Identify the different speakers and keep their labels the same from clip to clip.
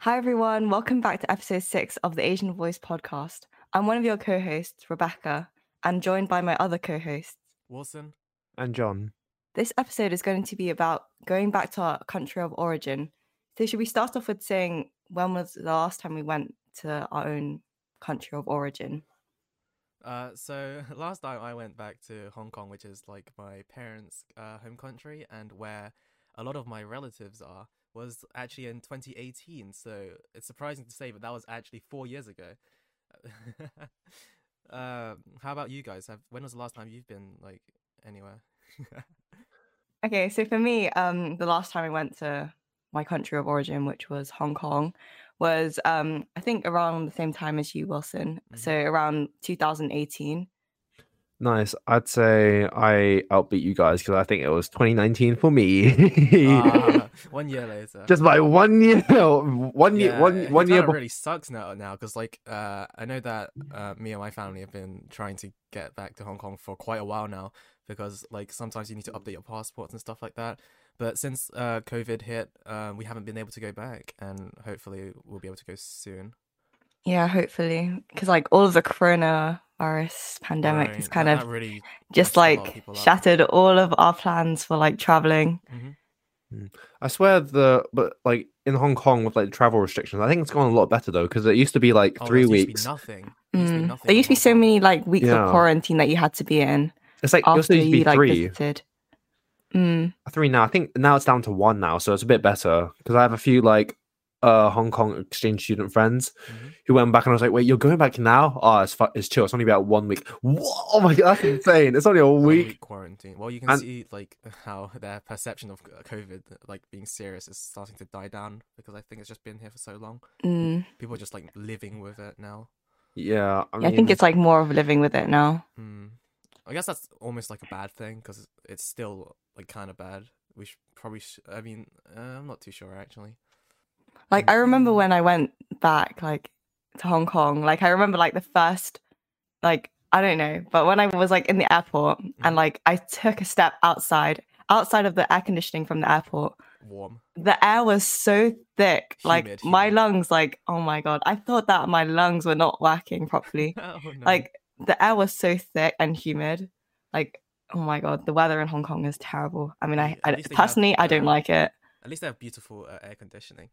Speaker 1: Hi, everyone. Welcome back to episode six of the Asian Voice podcast. I'm one of your co hosts, Rebecca, and joined by my other co hosts.
Speaker 2: Wilson.
Speaker 3: and John.
Speaker 1: This episode is going to be about going back to our country of origin. So, should we start off with saying when was the last time we went to our own country of origin?
Speaker 2: Uh, so last time I went back to Hong Kong, which is like my parents' uh, home country and where a lot of my relatives are, was actually in 2018. So it's surprising to say, but that was actually four years ago. uh, how about you guys? Have when was the last time you've been like anywhere?
Speaker 1: Okay, so for me, um, the last time I went to my country of origin, which was Hong Kong, was um, I think around the same time as you, Wilson.
Speaker 2: Mhm.
Speaker 1: So, around 2018.
Speaker 3: Nice. I'd say I outbeat you guys because I think it was 2019 for me.
Speaker 2: Ah, one year later.
Speaker 3: Just by one year, one year,
Speaker 2: Yeah,
Speaker 3: one one year.
Speaker 2: Hitara
Speaker 3: bef-
Speaker 2: really sucks now now because like uh, I know that uh, me and my family have been trying to get back to Hong Kong for quite a while now because like sometimes you need to update your passports and stuff like that. But since uh, COVID hit, um, we haven't been able to go back, and hopefully we'll be able to go soon.
Speaker 1: Yeah, hopefully, because like all of the coronavirus pandemic has
Speaker 2: Right,
Speaker 1: kind
Speaker 2: that-
Speaker 1: of
Speaker 2: that really
Speaker 1: just
Speaker 2: messed a lot of
Speaker 1: like
Speaker 2: people up.
Speaker 1: shattered all of our plans for like traveling.
Speaker 3: I swear the but like in Hong Kong with like travel restrictions, I think it's gone a lot better though because it used to be like
Speaker 2: oh,
Speaker 3: three
Speaker 2: there used to be
Speaker 3: weeks.
Speaker 2: nothing. There used to be
Speaker 1: Mm.
Speaker 2: nothing
Speaker 1: There
Speaker 2: in
Speaker 1: used to be
Speaker 2: Hong
Speaker 1: so
Speaker 2: Kong.
Speaker 1: many like weeks of
Speaker 3: Yeah.
Speaker 1: quarantine that you had to be in
Speaker 3: It's like it used
Speaker 1: after
Speaker 3: to used to
Speaker 1: you
Speaker 3: be
Speaker 1: like
Speaker 3: three,
Speaker 1: visited. Mm.
Speaker 3: three now. I think now it's down to one now, so it's a bit better because I have a few like uh Hong Kong exchange student friends
Speaker 2: Mhm.
Speaker 3: who went back and I was like, wait, you're going back now? Oh, it's fu- it's chill. It's only about one week. Whoa! Oh my god, that's insane. It's only a
Speaker 2: One
Speaker 3: week.
Speaker 2: quarantine. Well, you can
Speaker 3: And-
Speaker 2: see like how their perception of uh, COVID, like being serious, is starting to die down because I think it's just been here for so long.
Speaker 1: Mm.
Speaker 2: People are just like living with it now.
Speaker 3: Yeah, I,
Speaker 1: Yeah, I think
Speaker 3: mean,
Speaker 1: it's like more of living with it now.
Speaker 2: Mm. I guess that's almost like a bad thing because it's still like kind of bad. We should probably. Sh- I mean, uh, I'm not too sure actually.
Speaker 1: Like I remember when I went back like to Hong Kong, like I remember like the first like I don't know, but when I was like in the airport and
Speaker 2: Mhm.
Speaker 1: like I took a step outside outside of the air conditioning from the airport,
Speaker 2: Warm.
Speaker 1: the air was so thick. Like
Speaker 2: Humid,
Speaker 1: my
Speaker 2: humid.
Speaker 1: lungs like oh my god, I thought that my lungs were not working properly.
Speaker 2: Oh, no.
Speaker 1: Like the air was so thick and humid. Like oh my god, the weather in Hong Kong is terrible. I mean,
Speaker 2: Yeah,
Speaker 1: I,
Speaker 2: at
Speaker 1: I
Speaker 2: least they have,
Speaker 1: personally I don't
Speaker 2: uh,
Speaker 1: like it.
Speaker 2: at least they have beautiful uh, air conditioning.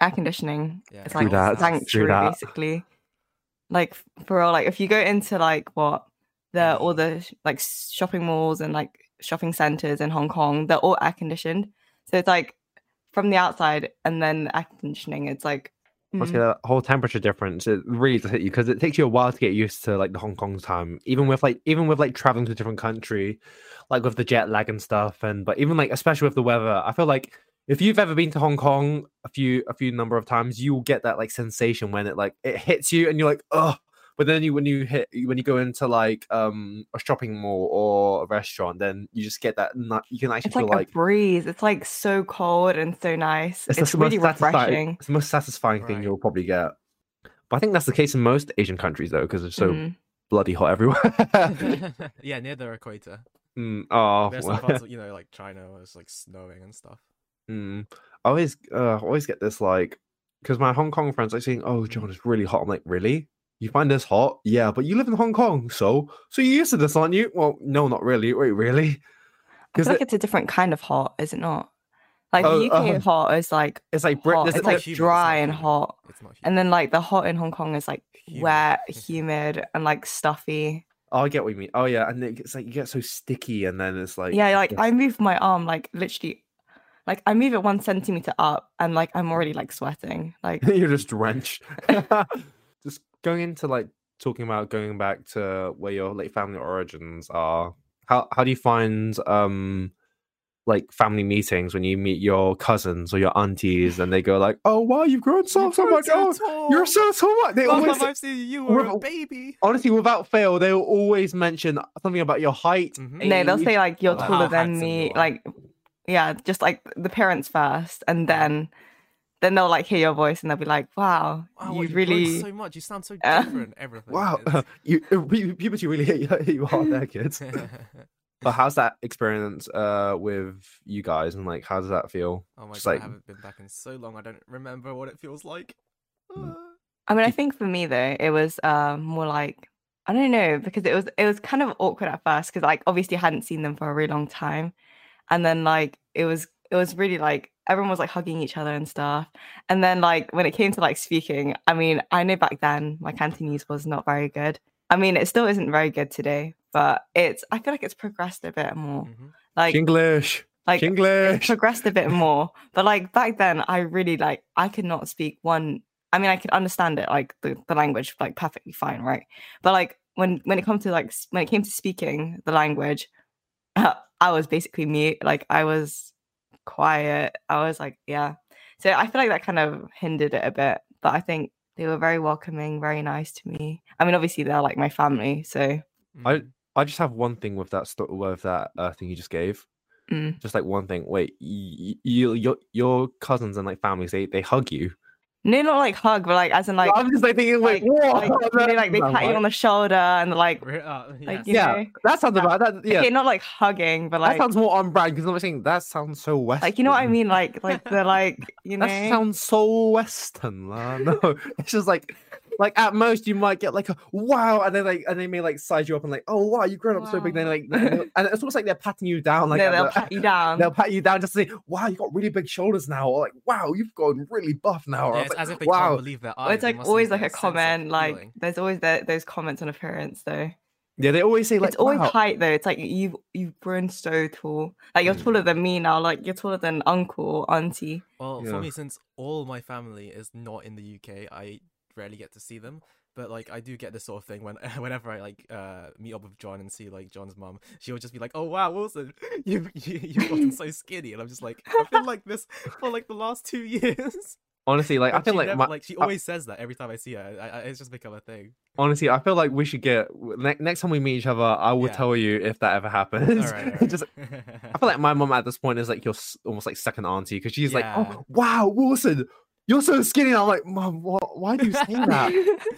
Speaker 1: air conditioning
Speaker 2: Yeah,
Speaker 1: it's
Speaker 2: True
Speaker 1: like
Speaker 3: that, true
Speaker 1: sanctuary
Speaker 3: that.
Speaker 1: basically like for real like if you go into like what
Speaker 2: Mm.
Speaker 1: the all the sh- like s- shopping malls and like shopping centers in hong kong they're all air conditioned so it's like from the outside and then the air conditioning it's like
Speaker 3: Obviously,
Speaker 1: mm,
Speaker 3: that whole temperature difference it really does hit you because it takes you a while to get used to like the Hong Kong time. Even with like even with like traveling to a different country, like with the jet lag and stuff, and but even like especially with the weather, I feel like if you've ever been to Hong Kong a few a few number of times, you will get that like sensation when it like it hits you and you're like oh. But then you when you hit when you go into like um a shopping mall or a restaurant, then you just get that nu- you can actually
Speaker 1: it's
Speaker 3: feel
Speaker 1: like,
Speaker 3: like.
Speaker 1: a breeze it's like so cold and so nice it's,
Speaker 3: the s- most
Speaker 1: really
Speaker 3: satisfying-
Speaker 1: refreshing
Speaker 3: It's the most satisfying thing
Speaker 2: Right.
Speaker 3: you'll probably get. But I think that's the case in most Asian countries though, because it's so
Speaker 1: Mm.
Speaker 3: bloody hot everywhere.
Speaker 2: yeah, near the equator.
Speaker 3: mm, oh,
Speaker 2: There's some
Speaker 3: well,
Speaker 2: parts, of, you know, like China where it's like snowing and stuff.
Speaker 3: mm. I always, uh, always get this like, because my Hong Kong friends are saying, "Oh,
Speaker 2: Mm.
Speaker 3: John, it's really hot." I'm like, "Really? You find this hot? Yeah, but you live in Hong Kong, so so you're used to this, aren't you?" Well, no, not really. Wait, really?
Speaker 1: i
Speaker 3: Because
Speaker 1: feel like it's a different kind of hot is it not like
Speaker 3: Oh,
Speaker 1: the uk
Speaker 3: uh,
Speaker 1: hot is like
Speaker 3: it's like Brit-
Speaker 1: hot.
Speaker 3: there's-
Speaker 1: It's
Speaker 3: there-
Speaker 1: like dry and
Speaker 2: humid.
Speaker 1: hot.
Speaker 2: It's not humid.
Speaker 1: And then like the hot in Hong Kong is like
Speaker 2: Humid.
Speaker 1: wet, humid, and like stuffy.
Speaker 3: oh, I get what you mean. Oh yeah, and it's like you get so sticky, and then it's like
Speaker 1: Yeah, like
Speaker 3: just-
Speaker 1: I move my arm like literally, like I move it one centimeter up, and like I'm already like sweating. Like
Speaker 3: You're just drenched. just going into like talking about going back to where your like family origins are. How how do you find um like family meetings when you meet your cousins or your aunties and they go like, "Oh wow, you've grown so so much. Oh, you're so tall." They
Speaker 2: Last
Speaker 3: always
Speaker 2: time I've seen you, you were a
Speaker 3: We've-
Speaker 2: baby.
Speaker 3: honestly without fail they will always mention something about your height.
Speaker 2: Mhm.
Speaker 1: no, they'll
Speaker 3: age.
Speaker 1: say like you're
Speaker 2: Well,
Speaker 1: taller
Speaker 2: I'll hide
Speaker 1: than
Speaker 2: some
Speaker 1: me.
Speaker 2: more.
Speaker 1: Like yeah, just like the parents first, and then then they'll like hear your voice, and they'll be like, wow,
Speaker 2: Wow,
Speaker 1: you
Speaker 2: what, you've grown
Speaker 1: really.
Speaker 2: so much. You sound
Speaker 1: Uh,
Speaker 2: so
Speaker 3: Oh
Speaker 2: different. everything.
Speaker 3: Wow,
Speaker 2: It's-
Speaker 3: you, uh, pu- puberty really hit you, hit you hard there, kids. But how's that experience uh with you guys and like how does that feel?
Speaker 2: Oh my
Speaker 3: Just
Speaker 2: god,
Speaker 3: like-
Speaker 2: I haven't been back in so long. I don't remember what it feels like.
Speaker 3: Mm.
Speaker 2: Ah.
Speaker 1: I mean, I think for me though, it was um, more like I don't know because it was it was kind of awkward at first because like obviously I hadn't seen them for a really long time, and then like it was it was really like everyone was like hugging each other and stuff, and then like when it came to like speaking, I mean, I know back then my Cantonese was not very good. I mean, it still isn't very good today, but it's I feel like it's progressed a bit more.
Speaker 2: Mhm.
Speaker 1: Like
Speaker 3: English.
Speaker 1: like it's
Speaker 3: English.
Speaker 1: progressed a bit more but like back then i really like i could not speak one i mean i could understand it like the, the language like perfectly fine right but like when when it comes to like s- when it came to speaking the language i was basically mute like i was quiet i was like yeah so i feel like that kind of hindered it a bit but i think they were very welcoming very nice to me i mean obviously they're like my family so
Speaker 3: I-
Speaker 2: Mhm.
Speaker 3: I just have one thing with that sto- with that uh, thing you just gave.
Speaker 1: Mm.
Speaker 3: Just like one thing. Wait, y- y- you your your cousins and like families they they hug you.
Speaker 1: no not like hug but like as in like
Speaker 3: I'm just like thinking
Speaker 1: like,
Speaker 3: like, whoa,
Speaker 1: like, you know, like they pat you on the shoulder and like,
Speaker 2: Re- uh,
Speaker 1: like
Speaker 2: yes.
Speaker 1: you
Speaker 3: Yeah.
Speaker 1: know,
Speaker 3: that sounds about that. Yeah,
Speaker 1: okay, not like hugging, but like,
Speaker 3: that sounds more on brand because I'm saying that sounds so Western.
Speaker 1: like you know what I mean, eh? like, like they're like, you know,
Speaker 3: That sounds so Western. la. No, it's just like, like at most you might get like a wow, and then like, and they may like size you up and like, oh wow, you've grown up so big. Then
Speaker 1: Wow.
Speaker 3: like, they'll- and it's almost like they're patting you down. Like
Speaker 1: they,
Speaker 3: at
Speaker 1: will
Speaker 3: the-
Speaker 1: pat you
Speaker 2: Um,
Speaker 1: down.
Speaker 3: they'll pat you down just to say, wow, you got really big shoulders now, or like, wow, you've gone really buff now. Or I
Speaker 2: Yeah,
Speaker 3: was
Speaker 2: it's
Speaker 3: like,
Speaker 2: as if they
Speaker 3: wow,
Speaker 2: can't believe their eyes.
Speaker 1: Or it's
Speaker 2: They
Speaker 1: like
Speaker 2: must
Speaker 1: always
Speaker 2: lose
Speaker 1: like
Speaker 2: their
Speaker 1: a
Speaker 2: sense of
Speaker 1: comment, like
Speaker 2: feeling.
Speaker 1: there's always tho- those comments on appearance though.
Speaker 3: yeah, they always say like,
Speaker 1: it's always
Speaker 3: wow.
Speaker 1: height though. It's like you've you've grown so tall. Like you're
Speaker 3: Mm.
Speaker 1: taller than me now. Like you're taller than uncle, auntie.
Speaker 2: Well,
Speaker 3: Yeah.
Speaker 2: for me, since all my family is not in the UK, I rarely get to see them. But like, I do get this sort of thing when whenever I like uh, meet up with John and see like John's mum, she'll just be like, "Oh wow, Wilson, you you you've gotten so skinny," and I'm just like, "I've been like this for like the last two years."
Speaker 3: Honestly, like I
Speaker 2: And she
Speaker 3: feel like
Speaker 2: never-
Speaker 3: my,
Speaker 2: like she always says that every time I see her. I, I, it's just become a thing.
Speaker 3: honestly, I feel like we should get ne- next time we meet each other. I will
Speaker 2: Yeah.
Speaker 3: tell you if that ever happens.
Speaker 2: All right, all right.
Speaker 3: just I feel like my mom at this point is like your s- almost like second auntie because she's like,
Speaker 2: Yeah.
Speaker 3: oh, wow, Wilson, you're so skinny. And I'm like, mom, what? Why do you say that?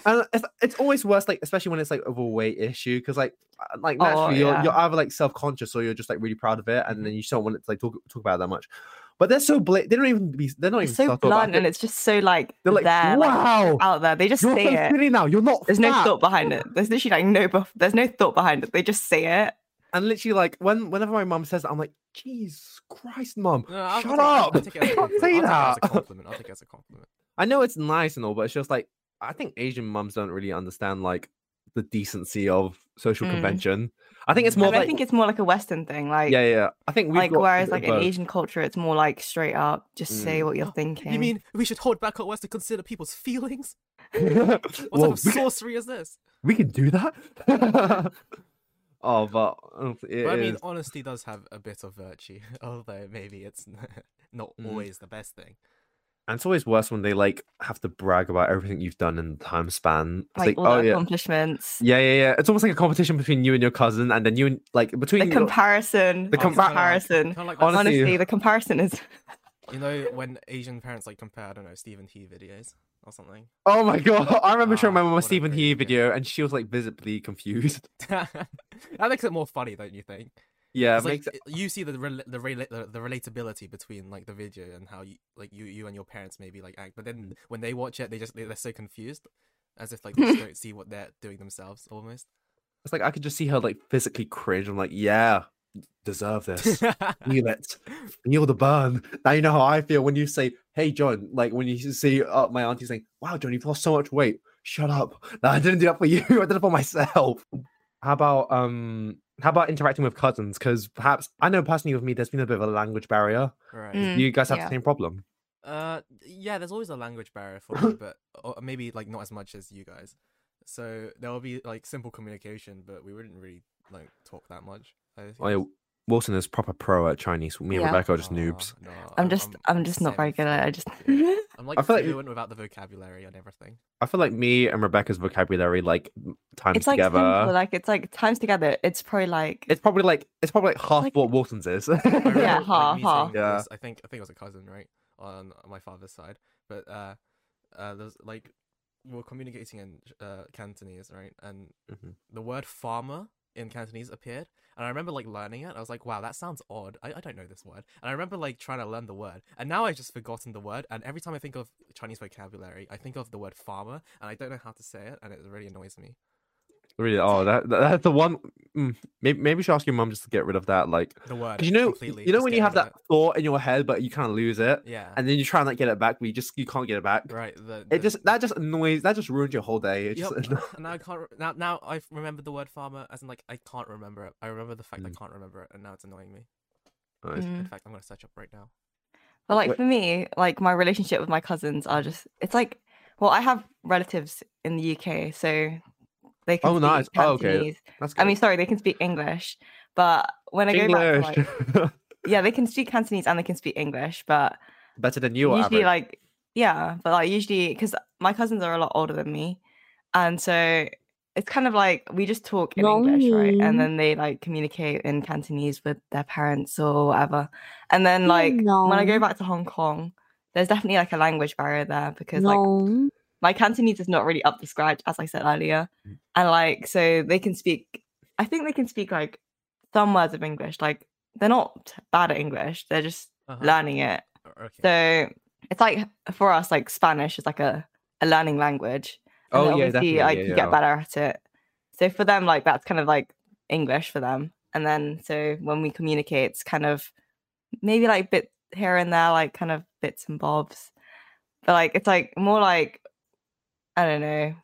Speaker 3: and it's, it's always worse, like especially when it's like overweight issue because like uh, like
Speaker 1: Oh,
Speaker 3: naturally you're, you're
Speaker 1: yeah. Mm-hmm.
Speaker 3: either like self conscious or you're just like really proud of it, and
Speaker 2: Mhm.
Speaker 3: then you just don't want it to like talk talk about it that much. But they're so bla- they don't even be they're not
Speaker 1: it's
Speaker 3: even
Speaker 1: so
Speaker 3: subtle about
Speaker 1: blunt and
Speaker 3: it.
Speaker 1: it's just so like
Speaker 3: They're like,
Speaker 1: there, like,
Speaker 3: wow,
Speaker 1: out there. They just
Speaker 3: you're so
Speaker 1: say it.
Speaker 3: skinny now. You're not.
Speaker 1: There's no
Speaker 3: fat."
Speaker 1: thought behind it. There's literally like no, buff- there's no thought behind it. They just say it.
Speaker 3: And literally, like when whenever my mum says, that, I'm like, Jesus Christ, mum,
Speaker 2: No, I'll- I'll
Speaker 3: shut
Speaker 2: take- I'll-
Speaker 3: up.
Speaker 2: I'll take it as a compliment.
Speaker 3: Don't say
Speaker 2: I'll take it as
Speaker 3: that.
Speaker 2: a compliment. I'll take it as a compliment.
Speaker 3: I know it's nice and all, but it's just like I think Asian mums don't really understand like the decency of social
Speaker 1: Mm.
Speaker 3: convention. I think it's
Speaker 2: Mm.
Speaker 3: more
Speaker 1: I, mean, I
Speaker 3: like
Speaker 1: think it's more like a Western thing. Like,
Speaker 3: yeah, yeah. I think we've
Speaker 1: like
Speaker 3: got a
Speaker 1: whereas
Speaker 3: bit
Speaker 1: like
Speaker 3: of
Speaker 1: in
Speaker 3: both. Mm.
Speaker 1: Asian culture, it's more like straight up, just say what you're thinking.
Speaker 2: You mean we should hold back our words to consider people's feelings? What
Speaker 3: Whoa,
Speaker 2: type of
Speaker 3: we, can,
Speaker 2: sorcery is this?
Speaker 3: we can do that. oh, but um, it
Speaker 2: But I mean,
Speaker 3: is-
Speaker 2: honesty does have a bit of virtue, although maybe it's n- not
Speaker 3: Mm.
Speaker 2: always the best thing.
Speaker 3: and it's always worse when they like have to brag about everything you've done in the time span. It's
Speaker 1: like
Speaker 3: like,
Speaker 1: all
Speaker 3: oh
Speaker 1: the
Speaker 3: yeah.
Speaker 1: accomplishments,
Speaker 3: Yeah, yeah, yeah. It's almost like a competition between you and your cousin, and then you and like
Speaker 1: the
Speaker 3: between your-
Speaker 1: comparison,
Speaker 3: The
Speaker 1: the
Speaker 3: compa-
Speaker 1: comparison.
Speaker 2: Kind of like
Speaker 3: Honest-
Speaker 1: Honestly,
Speaker 3: Honestly.
Speaker 1: the comparison is
Speaker 2: you know when Asian parents like compare, I don't know, Stephen T videos or something.
Speaker 3: Oh my god! I remember showing my
Speaker 2: Ah,
Speaker 3: mum a
Speaker 2: what a
Speaker 3: Stephen
Speaker 2: great
Speaker 3: He
Speaker 2: video.
Speaker 3: video, and she was like visibly confused.
Speaker 2: that makes it more funny, don't you think?
Speaker 3: Yeah, it
Speaker 2: It's like,
Speaker 3: makes it-
Speaker 2: it- you see the rela- the, rela- the the relatability between like the video and how you like you you and your parents maybe like act, but
Speaker 1: Mm.
Speaker 2: then when they watch it, they just they- they're so confused, as if like they just don't see what they're doing themselves almost.
Speaker 3: it's like I could just see her like physically cringe. I'm like, yeah, deserve this. Feel it. Feel the burn. Now you know how I feel when you say, "Hey, John." Like when you see uh, my auntie saying, "Wow, John, you've lost so much weight." Shut up. No, I didn't do that for you. I did it for myself. How about um? How about interacting with cousins? Because perhaps I know personally with me, there's been a bit of a language barrier.
Speaker 2: right.
Speaker 1: Mm,
Speaker 3: Do you guys have
Speaker 1: yeah.
Speaker 3: the same problem?
Speaker 2: Uh, yeah, there's always a language barrier for me, but or maybe like not as much as you guys. So there will be like simple communication, but we wouldn't really like talk that much. I
Speaker 3: Oh, yeah.
Speaker 2: guess.
Speaker 3: Wilson is proper pro at Chinese. Me and
Speaker 1: Yeah.
Speaker 3: Rebecca are just
Speaker 2: Nah,
Speaker 3: noobs.
Speaker 2: Ah, nah,
Speaker 1: I'm
Speaker 3: Um,
Speaker 1: just, I'm, just not very good at it. I just,
Speaker 2: I'm like
Speaker 3: I feel like you-
Speaker 2: fluent without the vocabulary and everything.
Speaker 3: I feel like me and Rebecca's vocabulary like m- times
Speaker 1: it's like
Speaker 3: together.
Speaker 1: simple, like it's like times together. It's probably like
Speaker 3: it's probably like it's probably like half
Speaker 1: like-
Speaker 3: what Wilson's is.
Speaker 2: I remember,
Speaker 1: Yeah, ha,
Speaker 2: meeting
Speaker 1: ha.
Speaker 3: Yeah.
Speaker 2: this- I think I think it was a cousin, right, on my father's side. But uh, uh, there's like we were communicating in uh Cantonese, right, and
Speaker 1: Mm-hmm.
Speaker 3: Mhm.
Speaker 2: the word farmer in Cantonese appeared, and I remember like learning it. I was like, "Wow, that sounds odd. I, I don't know this word." And I remember like trying to learn the word, and now I've just forgotten the word. And every time I think of Chinese vocabulary, I think of the word farmer, and I don't know how to say it, and it really annoys me.
Speaker 3: Really, oh, that that- that's the one. Mm, maybe maybe you should ask your mum just to get rid of that. Like,
Speaker 2: The word,
Speaker 3: 'cause you know,
Speaker 2: completely,
Speaker 3: you know
Speaker 2: just
Speaker 3: when you
Speaker 2: get
Speaker 3: have
Speaker 2: rid of
Speaker 3: that thought in your head, but you kind of lose it,
Speaker 2: it? yeah,
Speaker 3: and then you try and like get it back, but you just you can't get it back.
Speaker 2: right. The,
Speaker 3: It
Speaker 2: the-
Speaker 3: just that just annoys that just ruins your whole day. It's just,
Speaker 2: Yep. and now I can't. re- Now, now I remember the word farmer as in like I can't remember it. I remember the fact I
Speaker 3: Mm.
Speaker 2: can't remember it, and now it's annoying me.
Speaker 3: Nice.
Speaker 1: Mm.
Speaker 2: In fact, I'm gonna search up right now.
Speaker 1: But like
Speaker 3: Wh-
Speaker 1: for me, like my relationship with my cousins are just it's like well, I have relatives in the UK, so they can
Speaker 3: Oh,
Speaker 1: speak
Speaker 3: nice. Oh, okay.
Speaker 1: Cantonese.
Speaker 3: That's
Speaker 1: I mean sorry, they can speak English. But when I
Speaker 3: good.
Speaker 1: go back to,
Speaker 3: English
Speaker 1: like, yeah, they can speak Cantonese and they can speak English, but
Speaker 3: better than you. are
Speaker 1: usually
Speaker 3: average.
Speaker 1: like yeah, but like usually because my cousins are a lot older than me, and so it's kind of like we just talk in English, right? And
Speaker 4: Nani?
Speaker 1: then they like communicate in Cantonese with their parents or whatever. And then like when I go
Speaker 4: No.
Speaker 1: back to Hong Kong, there's definitely like a language barrier there because like
Speaker 4: No.
Speaker 1: my Cantonese is not really up to scratch, as I said earlier. And like, so they can speak, I think they can speak like some words of English. Like, they're not bad at English, they're just
Speaker 2: Uh-huh.
Speaker 1: learning it.
Speaker 2: O- Okay.
Speaker 1: So it's like for us, like Spanish is like a, a learning language. And
Speaker 3: Oh,
Speaker 1: then
Speaker 3: yeah,
Speaker 1: obviously,
Speaker 3: definitely,
Speaker 1: Like,
Speaker 3: yeah,
Speaker 1: you
Speaker 3: yeah.
Speaker 1: get better at it. So for them, like, that's kind of like English for them. And then, so when we communicate, it's kind of maybe like bit here and there, like kind of bits and bobs. But like, it's like more like, I don't know.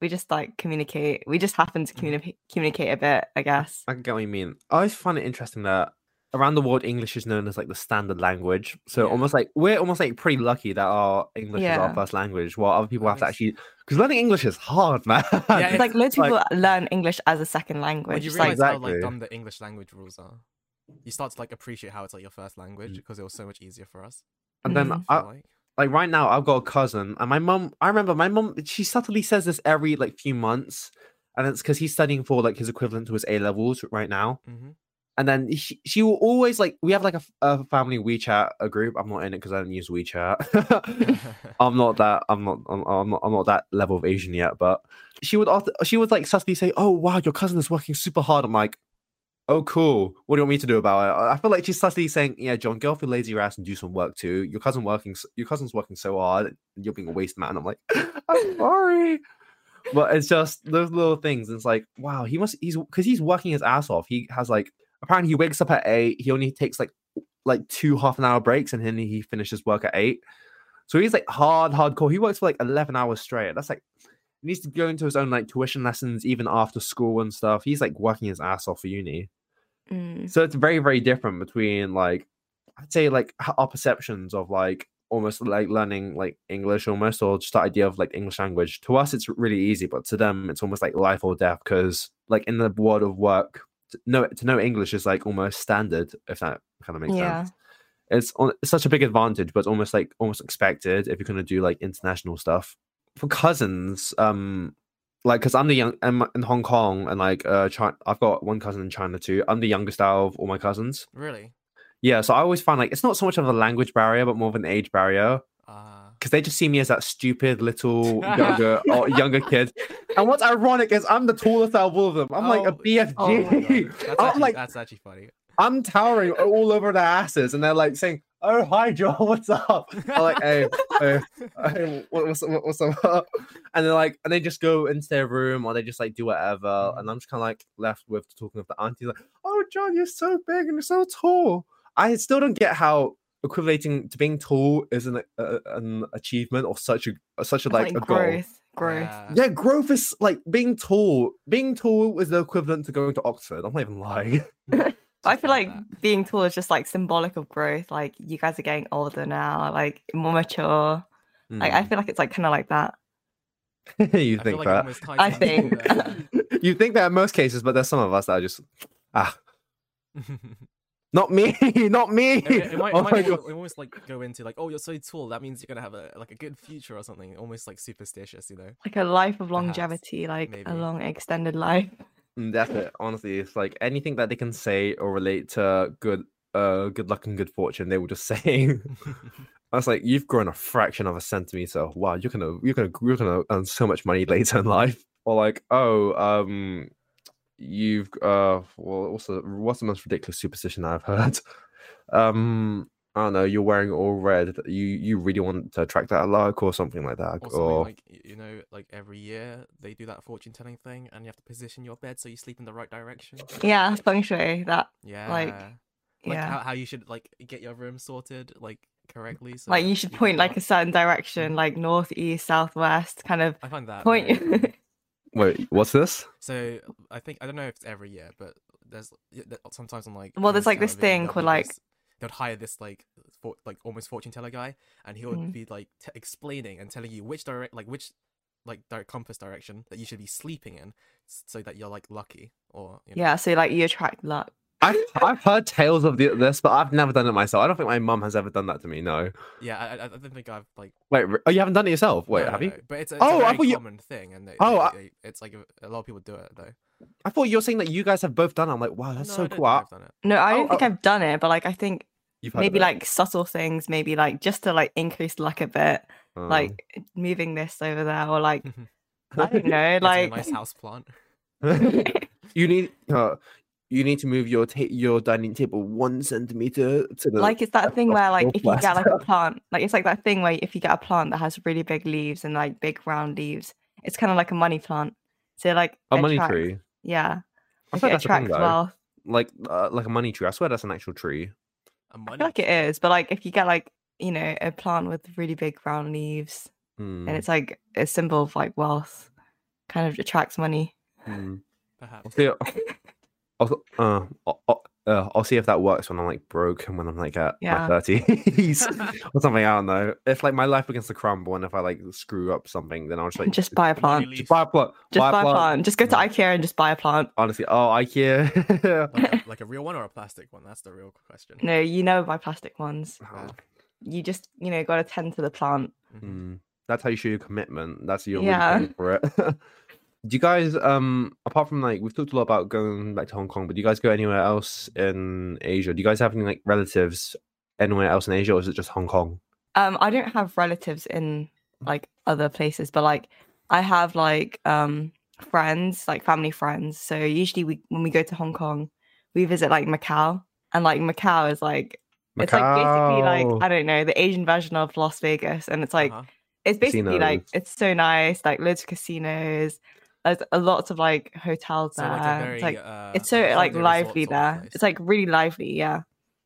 Speaker 1: We just like communicate. We just happen to
Speaker 3: Mm-hmm.
Speaker 1: communicate communicate a bit, I guess.
Speaker 3: I can get what you mean. I always find it interesting that around the world, English is known as like the standard language. So
Speaker 2: Yeah.
Speaker 3: almost like we're almost like pretty lucky that our English is our
Speaker 1: Yeah.
Speaker 3: first language, while other people
Speaker 2: That
Speaker 3: have to
Speaker 2: makes-
Speaker 3: actually because learning English is hard, man.
Speaker 2: Yeah,
Speaker 1: It's like loads of
Speaker 3: like-
Speaker 1: people learn English as a second
Speaker 2: when
Speaker 1: language.
Speaker 2: you
Speaker 1: It's like
Speaker 2: realize how
Speaker 3: Exactly.
Speaker 2: like dumb the English language rules are, you start to like appreciate how it's like your first language because it was so much easier for us.
Speaker 3: Mm. and then
Speaker 1: Mhm.
Speaker 2: I
Speaker 3: I,
Speaker 2: feel like.
Speaker 3: like right now I've got a cousin and my mum I remember my mum she subtly says this every like few months and it's because he's studying for like his equivalent to his A levels right now
Speaker 2: hmm
Speaker 3: and then she, she will always like we have like a, f- a family WeChat a group I'm not in it because I don't use WeChat
Speaker 2: Mm-hmm.
Speaker 3: I'm not that I'm not I'm, I'm not I'm not that level of Asian yet but she would often, she would like subtly say oh wow your cousin is working super hard I'm like oh cool what do you want me to do about it I- I feel like she's subtly saying yeah John get off your lazy ass and do some work too your cousin working s- your cousin's working so hard you're being a waste man I'm like I'm sorry but it's just those little things it's like wow he must he's because he's working his ass off he has like apparently he wakes up at eight. He only takes like like two half an hour breaks, and then he finishes work at eight. So he's like hard, hardcore. He works for like eleven hours straight. That's like he needs to go into his own like tuition lessons even after school and stuff. He's like working his ass off for uni.
Speaker 1: Mm.
Speaker 3: So it's very, very different between like I'd say like h- our perceptions of like almost like learning like English almost or just the idea of like English language. To us, it's really easy, but to them, it's almost like life or death because like in the world of work, to know to know English is like almost standard. If that kind of makes
Speaker 1: Yeah.
Speaker 3: sense. It's, on, it's such a big advantage, but it's almost like almost expected if you're gonna do like international stuff. For cousins, um, like because I'm the young I'm in Hong Kong and like uh China, I've got one cousin in China too. I'm the youngest out of all my cousins.
Speaker 2: Really?
Speaker 3: Yeah, so I always find like it's not so much of a language barrier, but more of an age barrier
Speaker 2: Uh,
Speaker 3: because they just see me as that stupid little younger or younger kid. And what's ironic is I'm the tallest out of all of them. I'm like a
Speaker 2: Oh, oh my God.
Speaker 3: BFG.
Speaker 2: That's,
Speaker 3: I'm
Speaker 2: actually,
Speaker 3: like
Speaker 2: that's actually funny.
Speaker 3: I'm towering all over their asses, and they're like saying, "Oh hi, Joel, what's up?" I'm like, "Hey, hey, hey, what, what's what, what's up? And they're like, and they just go into their room or they just like do whatever.
Speaker 1: Mm.
Speaker 3: And I'm just kind of like left with talking with the auntie, like, oh, John, you're so big and you're so tall. I still don't get how equivalating to being tall is an, uh, an achievement or such a such a
Speaker 1: It's
Speaker 3: like, a goal.
Speaker 1: growth, growth.
Speaker 2: Yeah.
Speaker 3: Yeah, growth is like being tall. Being tall is the equivalent to going to Oxford. I'm not even lying.
Speaker 1: I
Speaker 2: Stuff
Speaker 1: feel like
Speaker 2: that.
Speaker 1: being tall is just like symbolic of growth. Like you guys are getting older now, like more mature. Like
Speaker 2: Mm.
Speaker 1: I feel like it's like kind of like that.
Speaker 3: you
Speaker 2: I
Speaker 3: think
Speaker 2: feel like it
Speaker 3: that?
Speaker 2: almost ties
Speaker 1: I
Speaker 2: into
Speaker 1: think.
Speaker 2: the-
Speaker 3: you think that in most cases, but there's some of us that are just not me, not me.
Speaker 2: it, it- it might,
Speaker 3: Oh
Speaker 2: it
Speaker 3: my
Speaker 2: might
Speaker 3: God.
Speaker 2: almost, almost like go into like, oh, you're so tall. That means you're gonna have a like a good future or something. Almost like superstitious, you know.
Speaker 1: Like a life of
Speaker 2: Perhaps,
Speaker 1: longevity, like
Speaker 2: maybe.
Speaker 1: a long extended life.
Speaker 3: Mm, That's it. Honestly, it's like anything that they can say or relate to good, uh, good luck and good fortune, they will just say. I was like, "You've grown a fraction of a centimeter. Wow, you're gonna, you're gonna, you're gonna earn so much money later in life." Or like, "Oh, um, you've uh well also what's the most ridiculous superstition I've heard? Um I don't know, you're wearing all red. You you really want to attract that luck or something like that.
Speaker 2: Or
Speaker 3: Or,
Speaker 2: something
Speaker 1: Oh.
Speaker 2: like y- you know, like every year they do that fortune telling thing, and you have to position your bed so you sleep in the right direction.
Speaker 1: Yeah, feng shui. That
Speaker 2: Yeah, Like
Speaker 1: yeah.
Speaker 2: how, how you should like get your room sorted like correctly. So
Speaker 1: like you should
Speaker 2: can
Speaker 1: point like a
Speaker 2: not-
Speaker 1: certain direction,
Speaker 2: Mm.
Speaker 1: like north, east, southwest, kind of
Speaker 2: I find that
Speaker 1: point.
Speaker 2: very-
Speaker 3: Wait, what's this?
Speaker 2: So I think I don't know if it's every year, but there's y- th- sometimes on like
Speaker 1: Well, there's,
Speaker 2: on
Speaker 1: like, this
Speaker 2: television,
Speaker 1: thing
Speaker 2: there'll
Speaker 1: called,
Speaker 2: be
Speaker 1: like-
Speaker 2: this- they'd hire this like for, like almost fortune teller guy, and he would
Speaker 1: Mhm.
Speaker 2: be like t- explaining and telling you which direct like which like direct compass direction that you should be sleeping in, s- so that you're like lucky or you know.
Speaker 1: yeah, so like you attract luck.
Speaker 3: I I've heard tales of the, this, but I've never done it myself. I don't think my mum has ever done that to me. No.
Speaker 2: yeah. I, I, I don't think I've like
Speaker 3: Wait, re- oh, you haven't done it yourself? Wait,
Speaker 2: no,
Speaker 3: have
Speaker 2: no,
Speaker 3: you?
Speaker 2: no, But it's, a- it's
Speaker 3: Oh, I
Speaker 2: a
Speaker 3: thought
Speaker 2: very
Speaker 3: you-
Speaker 2: common thing, and they,
Speaker 3: Oh, I-
Speaker 2: they- they- it's like a, a lot of people do it though.
Speaker 3: I thought you were saying that you guys have both done. it. I'm like, wow, that's
Speaker 2: No, I
Speaker 3: so
Speaker 2: don't
Speaker 3: cool.
Speaker 2: think
Speaker 3: I-
Speaker 2: I've done it.
Speaker 1: No, I
Speaker 3: Oh,
Speaker 1: don't think
Speaker 3: oh.
Speaker 1: I've done it, but like I think
Speaker 3: You've heard of
Speaker 1: maybe
Speaker 3: it.
Speaker 1: like subtle things, maybe like just to like increase luck a bit,
Speaker 3: Um,
Speaker 1: like moving this over there, or like I don't know,
Speaker 2: Getting
Speaker 1: like
Speaker 2: a nice house plant.
Speaker 3: you need uh, you need to move your ta- your dining table one centimeter to the
Speaker 1: like it's that thing where like if you get like a
Speaker 3: Northwest.
Speaker 1: plant, like it's like that thing where if you get a plant that has really big leaves and like big round leaves, it's kind of like a money plant. So like
Speaker 3: a money
Speaker 1: attract-
Speaker 3: tree.
Speaker 1: Yeah,
Speaker 3: I
Speaker 1: like,
Speaker 3: thought
Speaker 1: it
Speaker 3: that's a thing
Speaker 1: attracts
Speaker 3: though.
Speaker 1: wealth.
Speaker 3: Like uh, like a money tree. I swear that's an actual tree.
Speaker 2: A
Speaker 1: I
Speaker 2: money.
Speaker 1: feel like it is, but like if you get like you know a plant with really big round leaves
Speaker 3: Hmm,
Speaker 1: and it's like a symbol of like wealth, kind of attracts money.
Speaker 3: hmm. I'll
Speaker 2: Perhaps.
Speaker 3: see. I'll, uh, I'll, I'll- uh, I'll see if that works when I'm like broke and when I'm like at
Speaker 1: Yeah.
Speaker 3: my 30s or something. I don't know. If like my life begins to crumble and if I like screw up something, then I'll just like
Speaker 1: just buy a
Speaker 2: Money
Speaker 1: plant.
Speaker 2: leaf.
Speaker 3: just buy a plant. Mm.
Speaker 1: Just buy a plant. Just go to
Speaker 3: Yeah.
Speaker 1: IKEA and just buy a plant.
Speaker 3: Honestly, oh IKEA.
Speaker 2: like, a, like a real one or a plastic one? That's the real question.
Speaker 1: No, you never buy plastic ones.
Speaker 3: Oh,
Speaker 1: You just you know got to tend to the plant.
Speaker 2: Mhm.
Speaker 3: mm. That's how you show your commitment. That's your yeah.
Speaker 1: Yeah.
Speaker 3: for it. do you guys um apart from like we've talked a lot about going back to Hong Kong, but do you guys go anywhere else in Asia? Do you guys have any like relatives anywhere else in Asia or is it just Hong Kong?
Speaker 1: Um, I don't have relatives in like other places, but like I have like um friends, like family friends. So usually we when we go to Hong Kong, we visit like Macau, and like Macau is like it's like basically like I don't know the Asian version of Las Vegas, and it's like
Speaker 2: Uh-huh.
Speaker 1: it's basically like
Speaker 3: Casinos.
Speaker 1: it's so nice, like loads of casinos. There's a lots of like hotels
Speaker 2: So
Speaker 1: there.
Speaker 2: like a very,
Speaker 1: it's like
Speaker 2: uh,
Speaker 1: it's so
Speaker 2: holiday
Speaker 1: like
Speaker 2: resort
Speaker 1: lively
Speaker 2: sort of
Speaker 1: there.
Speaker 2: place.
Speaker 1: It's like really lively. Yeah,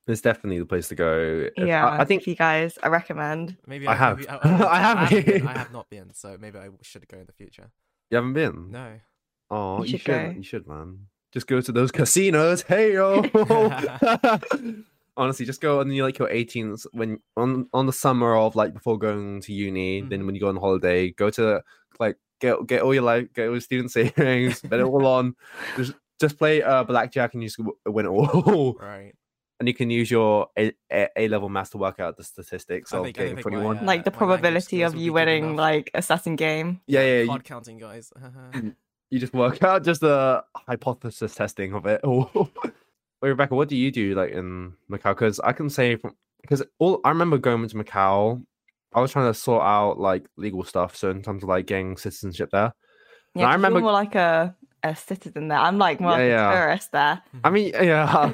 Speaker 3: it's definitely the place to go. If- I-
Speaker 1: yeah.
Speaker 3: I, think
Speaker 1: if you guys, I recommend.
Speaker 2: maybe
Speaker 3: I have.
Speaker 2: maybe
Speaker 3: I have
Speaker 2: haven't been-
Speaker 3: been.
Speaker 2: I have not been, so maybe I should go in the future.
Speaker 3: you haven't been.
Speaker 2: No.
Speaker 3: Oh,
Speaker 1: You
Speaker 3: you,
Speaker 1: should
Speaker 3: should.
Speaker 1: go.
Speaker 3: You should, man. Just go to those casinos. Hey yo. Honestly, just go on your like your 18th when on on the summer of like before going to uni.
Speaker 2: Mm-hmm.
Speaker 3: Then when you go on holiday, go to like get get all your like get all your student savings, bet it all on. Just just play uh blackjack and you just w- win it all.
Speaker 2: Right.
Speaker 3: and you can use your A level maths to work out the statistics
Speaker 2: I
Speaker 3: of
Speaker 2: think- I
Speaker 3: getting
Speaker 2: think my,
Speaker 3: 21.
Speaker 1: like
Speaker 2: uh,
Speaker 1: the
Speaker 2: my language
Speaker 1: probability
Speaker 2: skills
Speaker 1: of
Speaker 2: will
Speaker 1: you
Speaker 2: be good
Speaker 1: winning
Speaker 2: enough.
Speaker 1: like a certain game.
Speaker 3: yeah, yeah. You,
Speaker 2: Card counting, guys.
Speaker 3: you just work out just the hypothesis testing of it. all. Wait, Rebecca, what do you do like in Macau? Because I can say from because all I remember going to Macau, I was trying to sort out like legal stuff. So in terms of like getting citizenship there,
Speaker 1: Yeah,
Speaker 3: I
Speaker 1: 'cause
Speaker 3: remember-
Speaker 1: you're more like a, a citizen there. I'm like more
Speaker 3: Yeah,
Speaker 1: like
Speaker 3: yeah. Uh,
Speaker 1: a tourist there.
Speaker 3: I mean, yeah,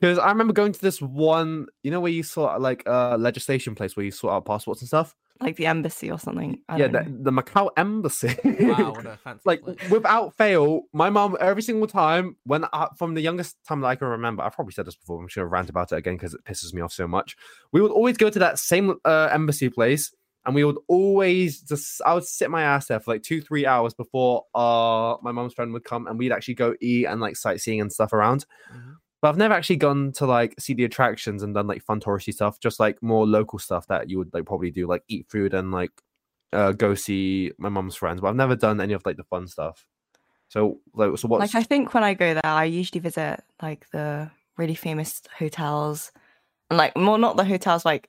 Speaker 3: because I remember going to this one, you know, where you sort out, like uh, legislation place where you sort out passports and stuff.
Speaker 1: like the embassy or something. I
Speaker 3: yeah,
Speaker 1: don't
Speaker 3: the,
Speaker 1: know.
Speaker 3: the Macau embassy.
Speaker 2: wow, what a fancy
Speaker 3: like
Speaker 2: place.
Speaker 3: without fail, my mom every single time when I, from the youngest time that I can remember, I've probably said this before. but I'm just gonna rant about it again because it pisses me off so much. We would always go to that same uh, embassy place, and we would always just I would sit my ass there for like two three hours before uh my mom's friend would come, and we'd actually go eat and like sightseeing and stuff around.
Speaker 2: Mhm.
Speaker 3: But I've never actually gone to like see the attractions and done like fun touristy stuff, just like more local stuff that you would like probably do, like eat food and like uh, go see my mum's friends. But I've never done any of like the fun stuff. So like, so what's
Speaker 1: Like I think when I go there, I usually visit like the really famous hotels, and like more not the hotels. Like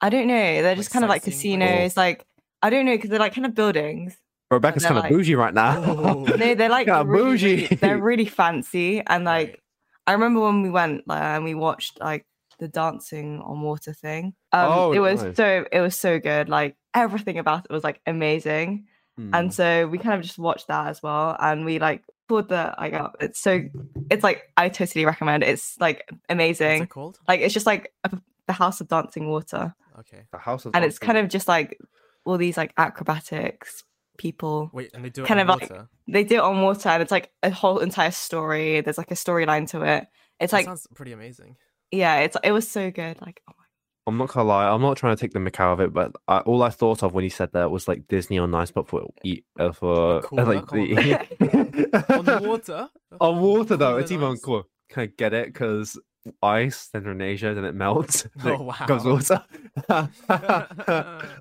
Speaker 1: I don't know, they're just
Speaker 2: Like
Speaker 1: kind of like
Speaker 2: sightseeing, like-
Speaker 1: casinos. Like I don't know because they're like kind of buildings.
Speaker 3: Rebecca's
Speaker 1: they're
Speaker 3: kind of
Speaker 1: like-
Speaker 3: bougie right now.
Speaker 2: Oh.
Speaker 1: No, they're like
Speaker 3: Yeah,
Speaker 1: really,
Speaker 3: bougie.
Speaker 1: really- they're really fancy and like
Speaker 2: Right.
Speaker 1: I remember when we went there and we watched like the dancing on water thing. Um,
Speaker 3: Oh,
Speaker 1: it was
Speaker 3: nice.
Speaker 1: so it was so good. Like everything about it was like amazing.
Speaker 3: Hmm.
Speaker 1: And so we kind of just watched that as well. And we like called the like app. It's so it's like I totally recommend. it. It's like
Speaker 2: What's
Speaker 1: amazing.
Speaker 2: it called?
Speaker 1: Like it's just like a, the House of Dancing Water,
Speaker 2: Okay.
Speaker 3: The house is
Speaker 1: and it's kind of just like all these like acrobatics people.
Speaker 2: Wait, and they do it
Speaker 1: Kind
Speaker 2: in
Speaker 1: of like-
Speaker 2: water?
Speaker 1: They do it on water, and it's like a whole entire story. There's like a storyline to it. It's
Speaker 2: That
Speaker 1: like
Speaker 2: sounds pretty amazing.
Speaker 1: yeah, it's it was so good. Like oh
Speaker 3: I'm not gonna lie. I'm not trying to take the mick out of it, but I, all I thought of when you said that was like Disney on Ice, but for e- uh, for
Speaker 2: Cool,
Speaker 3: uh, like
Speaker 2: come on. On
Speaker 3: the
Speaker 2: the water?
Speaker 3: on water though.
Speaker 2: Cooler
Speaker 3: It's
Speaker 2: than
Speaker 3: even
Speaker 2: ice.
Speaker 3: cool. Can I get it? Because ice, then in Asia, then it melts. then
Speaker 2: Oh,
Speaker 3: it Becomes
Speaker 2: wow.
Speaker 3: water. oh.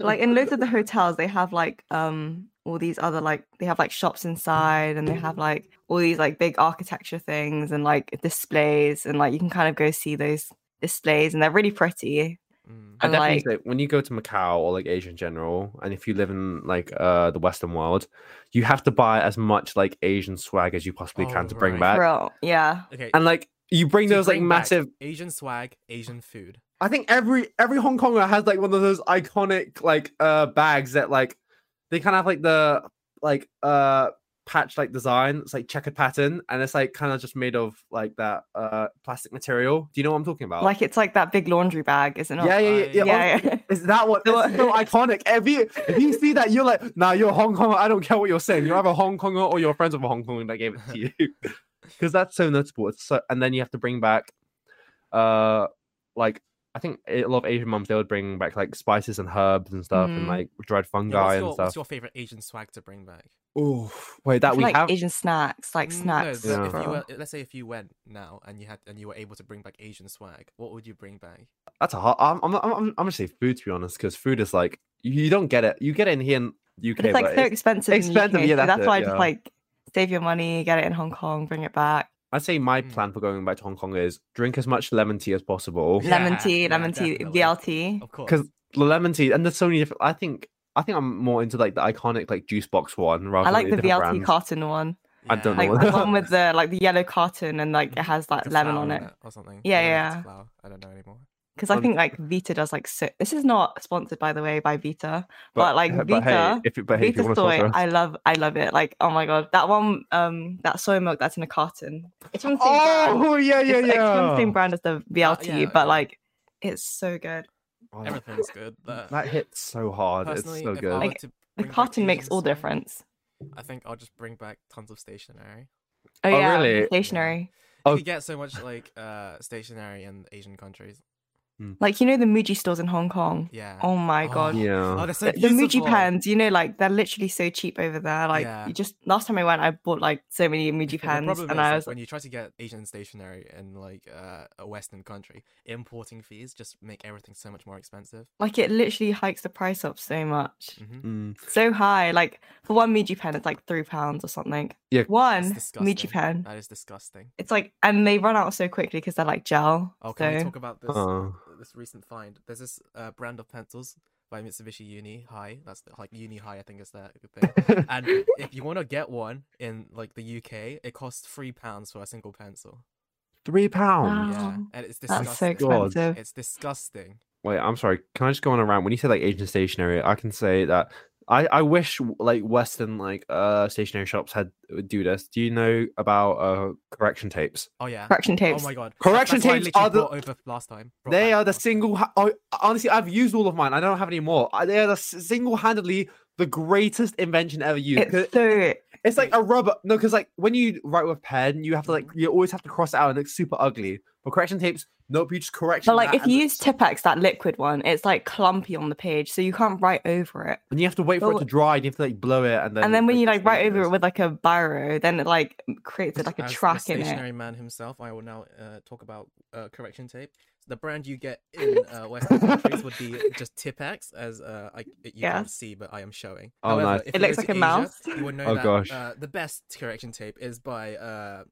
Speaker 1: like in loads of the hotels they have like um all these other like they have like shops inside and they have like all these like big architecture things and like displays and like you can kind of go see those displays and they're really pretty
Speaker 2: Mm.
Speaker 3: I
Speaker 1: and
Speaker 3: definitely
Speaker 1: like
Speaker 3: say when you go to Macau or like Asia in general, and if you live in like uh the Western world, you have to buy as much like Asian swag as you possibly can
Speaker 2: Oh,
Speaker 3: to bring
Speaker 2: right.
Speaker 3: back.
Speaker 1: bro yeah
Speaker 2: Okay.
Speaker 3: And like you bring
Speaker 2: to
Speaker 3: those like
Speaker 2: bring back
Speaker 3: massive.
Speaker 2: Asian swag, Asian food.
Speaker 3: I think every every Hong Konger has like one of those iconic like uh bags that like they kind of have like the like uh patch like design. It's like checkered pattern, and it's like kind of just made of like that uh plastic material. Do you know what I'm talking about?
Speaker 1: like it's like that big laundry bag isn't it
Speaker 3: Oh. yeah, yeah, yeah, yeah.
Speaker 2: I-
Speaker 3: honestly,
Speaker 1: yeah, yeah.
Speaker 3: Is that what?
Speaker 1: The
Speaker 3: It's so
Speaker 1: what-
Speaker 3: iconic. If you if you see that, you're like, nah, you're Hong Konger. I don't care what you're saying. You're either Hong Konger or your friends with Hong Kong that gave it to you, because that's so notable. It's so, and then you have to bring back, uh, like I think a lot of Asian mums they would bring back like spices and herbs and stuff, and
Speaker 1: Mhm.
Speaker 3: like dried
Speaker 2: Yeah,
Speaker 3: fungi
Speaker 2: what's, your,
Speaker 3: and
Speaker 2: what's
Speaker 3: stuff.
Speaker 2: your favorite Asian swag to bring back?
Speaker 3: Oh, wait,
Speaker 1: I
Speaker 3: that
Speaker 1: feel
Speaker 3: we
Speaker 1: like
Speaker 3: have.
Speaker 1: asian snacks like
Speaker 2: Mm, no,
Speaker 1: snacks
Speaker 2: but if
Speaker 3: Yeah.
Speaker 2: you
Speaker 1: bro.
Speaker 2: were, let's say if you went now and you had and you were able to bring back Asian swag, what would you bring back?
Speaker 3: That's a hard. I'm I'm I'm I'm gonna say food to be honest, because food is like you don't get it. You get it in here in UK,
Speaker 1: but it's like so expensive in the
Speaker 3: expensive,
Speaker 1: UK,
Speaker 3: yeah,
Speaker 1: so
Speaker 3: that's
Speaker 1: that's,
Speaker 3: it,
Speaker 1: why
Speaker 3: yeah.
Speaker 1: just like save your money get it in hong kong bring it back
Speaker 3: I'd say my
Speaker 2: Mm.
Speaker 3: plan for going back to Hong Kong is drink as much lemon tea as possible.
Speaker 2: Yeah,
Speaker 1: lemon tea
Speaker 2: yeah,
Speaker 1: lemon tea
Speaker 2: definitely.
Speaker 1: vlt
Speaker 2: Of course.
Speaker 3: 'Cause The lemon tea, and there's so many different. I think I think I'm more into like the iconic like juice box one rather
Speaker 1: i like the
Speaker 3: than
Speaker 1: vlt
Speaker 3: different brands.
Speaker 1: carton one
Speaker 3: I don't
Speaker 1: like
Speaker 3: know.
Speaker 1: the one with the like the yellow carton and like it has like
Speaker 2: It's a
Speaker 1: lemon
Speaker 2: flower
Speaker 1: on
Speaker 2: in
Speaker 1: it
Speaker 2: or something.
Speaker 1: Yeah,
Speaker 2: I don't know if it's
Speaker 1: yeah.
Speaker 2: flower. I don't know anymore.
Speaker 1: because I
Speaker 3: Um,
Speaker 1: think like Vita does like so. This is not sponsored by the way by Vita. but, like,
Speaker 3: but hey,
Speaker 1: Vita-
Speaker 3: if, you- but hey, if you
Speaker 1: Vita
Speaker 3: want to
Speaker 1: soy,
Speaker 3: sponsor us-
Speaker 1: I love, I love it. Like oh my god, that one, um, that soy milk that's in a carton. It's from the same brand.
Speaker 3: oh yeah, yeah,
Speaker 1: it's, it's from the
Speaker 3: yeah.
Speaker 1: same brand as the VLT,
Speaker 2: yeah,
Speaker 1: but
Speaker 2: yeah.
Speaker 1: like it's so good.
Speaker 3: Oh,
Speaker 2: Everything's good. But
Speaker 3: that hits so hard.
Speaker 2: personally,
Speaker 3: It's
Speaker 2: if
Speaker 3: so
Speaker 2: I were
Speaker 3: good.
Speaker 1: Like,
Speaker 2: to
Speaker 1: The
Speaker 2: bring back
Speaker 1: carton makes
Speaker 2: Asian
Speaker 1: all
Speaker 2: swag,
Speaker 1: difference.
Speaker 2: I think I'll just bring back tons of stationery.
Speaker 1: Oh,
Speaker 3: Oh,
Speaker 1: yeah,
Speaker 3: really?
Speaker 1: stationery.
Speaker 3: Oh.
Speaker 2: You could get so much like uh stationery in Asian countries.
Speaker 1: Like you know the Muji stores in Hong Kong.
Speaker 2: Yeah.
Speaker 1: Oh my god.
Speaker 2: Oh,
Speaker 3: yeah,
Speaker 2: they're so
Speaker 1: The, the Muji
Speaker 2: beautiful.
Speaker 1: pans, you know, like they're literally so cheap over there. Like
Speaker 2: Yeah.
Speaker 1: you just last time I went, I bought like so many Muji
Speaker 2: But The
Speaker 1: pans,
Speaker 2: problem
Speaker 1: and
Speaker 2: is,
Speaker 1: I
Speaker 2: like,
Speaker 1: was
Speaker 2: when you try to get Asian stationery in like uh, a Western country, importing fees just make everything so much more expensive.
Speaker 1: like, it literally hikes the price up so much,
Speaker 2: hmm
Speaker 3: Mm.
Speaker 1: so high. Like for one Muji pen, it's like three pounds or something.
Speaker 3: Yeah.
Speaker 1: one
Speaker 2: disgusting.
Speaker 1: Muji pen.
Speaker 2: That is disgusting.
Speaker 1: It's like, and they run out so quickly because they're like gel.
Speaker 2: Oh, can we
Speaker 1: so-
Speaker 2: talk about this
Speaker 3: Uh,
Speaker 2: this recent find? There's this uh, brand of pencils by Mitsubishi Uni High. That's the, like Uni High, I think is that thing. and if you want to get one in like the UK, it costs three pounds for a single pencil.
Speaker 3: three pounds.
Speaker 1: Wow.
Speaker 2: Yeah,
Speaker 1: Oh,
Speaker 2: and it's
Speaker 1: that's so
Speaker 2: disgusting.
Speaker 3: God.
Speaker 1: expensive.
Speaker 2: It's disgusting.
Speaker 3: Wait, I'm sorry. Can I just go on around? When you say like Asian stationery, I can say that I I wish w- like Western like uh stationery shops had would do this. Do you know about uh correction tapes?
Speaker 2: Oh yeah.
Speaker 1: Correction tapes.
Speaker 2: Oh my god. That-
Speaker 3: Correction
Speaker 2: that's what I
Speaker 3: tapes
Speaker 2: literally
Speaker 3: are the-
Speaker 2: brought over last time. Brought
Speaker 3: They
Speaker 2: back
Speaker 3: are the
Speaker 2: last time.
Speaker 3: single. ha- Oh, honestly, I've used all of mine. I don't have any more. I- They are the single handedly the greatest invention ever used. 'Cause
Speaker 1: It's so
Speaker 3: It's like a rubber. No, because like when you write with pen, you have to
Speaker 2: Mm-hmm.
Speaker 3: like you always have to cross it out and it's super ugly. But correction tapes, nope. You just correction.
Speaker 1: but like
Speaker 3: that
Speaker 1: if you
Speaker 3: and-
Speaker 1: use Tipex, that liquid one, it's like clumpy on the page, so you can't write over it.
Speaker 3: and you have to wait for it
Speaker 1: but-
Speaker 3: to dry, and you have to like blow it, and then
Speaker 1: and then when you like
Speaker 3: it's
Speaker 1: write over
Speaker 3: dangerous.
Speaker 1: it with like a biro, then it like creates like a
Speaker 2: As the
Speaker 1: track in it.
Speaker 2: stationary man himself, I will now uh, talk about uh, correction tape. The brand you get in uh, Western countries would be just Tipex, as uh, I, you can't
Speaker 1: Yes.
Speaker 2: see, but I am showing.
Speaker 3: Oh, nice.
Speaker 2: if
Speaker 1: It
Speaker 2: you
Speaker 1: looks
Speaker 2: go
Speaker 1: like
Speaker 2: to
Speaker 1: a mouse.
Speaker 2: You would know
Speaker 3: Oh,
Speaker 2: that
Speaker 3: gosh.
Speaker 2: Uh, the best correction tape is by uh,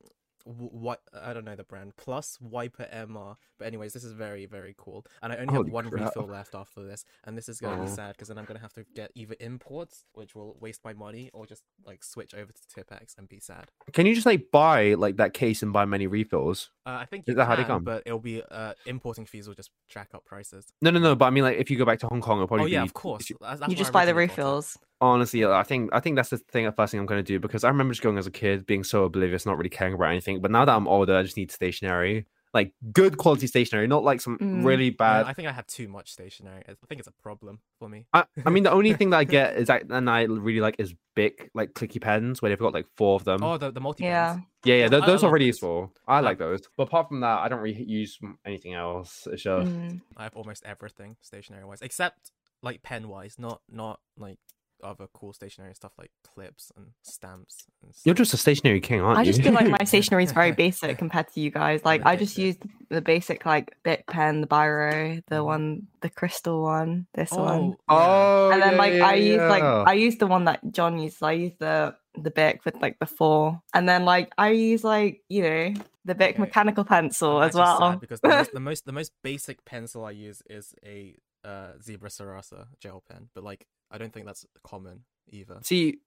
Speaker 2: w- what I don't know the brand plus Wiper MR. But anyways, this is very very cool, and I only
Speaker 3: Holy
Speaker 2: have one
Speaker 3: crap.
Speaker 2: refill left after this, and this is going to be
Speaker 3: Oh.
Speaker 2: sad because then I'm going to have to get either imports, which will waste my money, or just like switch over to Tipex and be sad.
Speaker 3: Can you just like buy like that case and buy many refills?
Speaker 2: Uh, I think
Speaker 3: Is
Speaker 2: you
Speaker 3: that
Speaker 2: can,
Speaker 3: how they come?
Speaker 2: but it'll be uh, importing fees will just jack up prices.
Speaker 3: No, no, no. But I mean, like if you go back to Hong Kong, it'll probably
Speaker 2: oh yeah,
Speaker 3: be
Speaker 2: of course.
Speaker 3: you-
Speaker 2: That's- that's
Speaker 1: You
Speaker 2: what I
Speaker 1: just buy the
Speaker 2: originally thought of.
Speaker 1: refills.
Speaker 3: honestly, I think I think that's the thing. The first thing I'm going to do because I remember just going as a kid, being so oblivious, not really caring about anything. But now that I'm older, I just need stationery, like good quality stationery, not like some
Speaker 1: Mm.
Speaker 3: really
Speaker 2: Yeah,
Speaker 3: bad.
Speaker 2: I think I have too much stationery. I think it's a problem for me.
Speaker 3: I, I mean, the only thing that I get is that, and I really like is big, like clicky pens where they've got like four of them.
Speaker 2: Oh, the the multi.
Speaker 1: Yeah.
Speaker 3: yeah, yeah,
Speaker 2: I-
Speaker 3: tho-
Speaker 2: I
Speaker 3: those are
Speaker 2: love
Speaker 3: really
Speaker 2: those.
Speaker 3: useful. I
Speaker 2: Um,
Speaker 3: like those. But apart from that, I don't really use m- anything else. It's just
Speaker 1: Mm.
Speaker 2: I have almost everything stationery wise, except like pen wise, not not like other cool stationery stuff like clips and stamps. And
Speaker 3: you're
Speaker 2: stuff.
Speaker 3: just a stationery king, aren't you?
Speaker 1: I just feel like my stationery is very basic compared to you guys. Like I just
Speaker 2: Ridiculous.
Speaker 1: used the basic like bit pen, the biro,
Speaker 3: Mm.
Speaker 1: the one, the crystal one, this one,
Speaker 2: yeah.
Speaker 3: Oh,
Speaker 1: and then
Speaker 3: yeah,
Speaker 1: like
Speaker 3: yeah,
Speaker 1: I used like
Speaker 3: yeah.
Speaker 1: I used the one that John used. So I used the the Bic with like the four, and then like I use like you know the Bic
Speaker 2: Okay.
Speaker 1: mechanical pencil
Speaker 2: I'm
Speaker 1: as
Speaker 2: actually sad
Speaker 1: well.
Speaker 2: because the most, the most the most basic pencil I use is a uh, Zebra Sarasa gel pen, but like I don't think that's common either.
Speaker 3: See,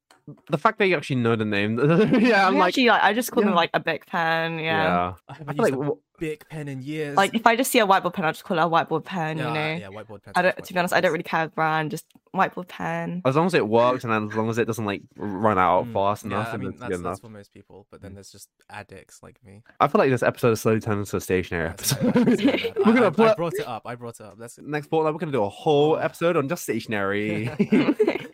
Speaker 3: the fact that you actually know the name, yeah, I'm
Speaker 1: I
Speaker 3: like,
Speaker 1: actually, like I just call them
Speaker 3: yeah.
Speaker 1: like a Bic pen.
Speaker 3: yeah.
Speaker 1: Yeah.
Speaker 2: I
Speaker 3: I
Speaker 2: haven't
Speaker 3: feel
Speaker 2: used
Speaker 3: like
Speaker 2: a
Speaker 3: w-
Speaker 2: big pen in years.
Speaker 1: Like if I just see a whiteboard pen, I just call it a whiteboard pen.
Speaker 2: yeah,
Speaker 1: you know.
Speaker 2: yeah, whiteboard pen.
Speaker 1: I don't. To be honest, I don't really care the brand. Just whiteboard pen.
Speaker 3: as long as it works and as long as it doesn't like run out fast enough,
Speaker 2: Mm. Hmm. Yeah, I
Speaker 3: and
Speaker 2: mean
Speaker 3: it's
Speaker 2: that's,
Speaker 3: good
Speaker 2: that's
Speaker 3: enough.
Speaker 2: for most people, but
Speaker 3: Mm.
Speaker 2: then there's just addicts like me.
Speaker 3: I feel like this episode is slowly turning into a stationary
Speaker 2: That's my
Speaker 3: episode.
Speaker 2: bad,
Speaker 1: We're
Speaker 2: that's my bad. I,
Speaker 3: we're
Speaker 2: I,
Speaker 3: gonna put
Speaker 2: I brought it up. I brought it up. That's
Speaker 3: next fortnight. We're gonna do a
Speaker 2: Oh.
Speaker 3: whole episode on just stationary.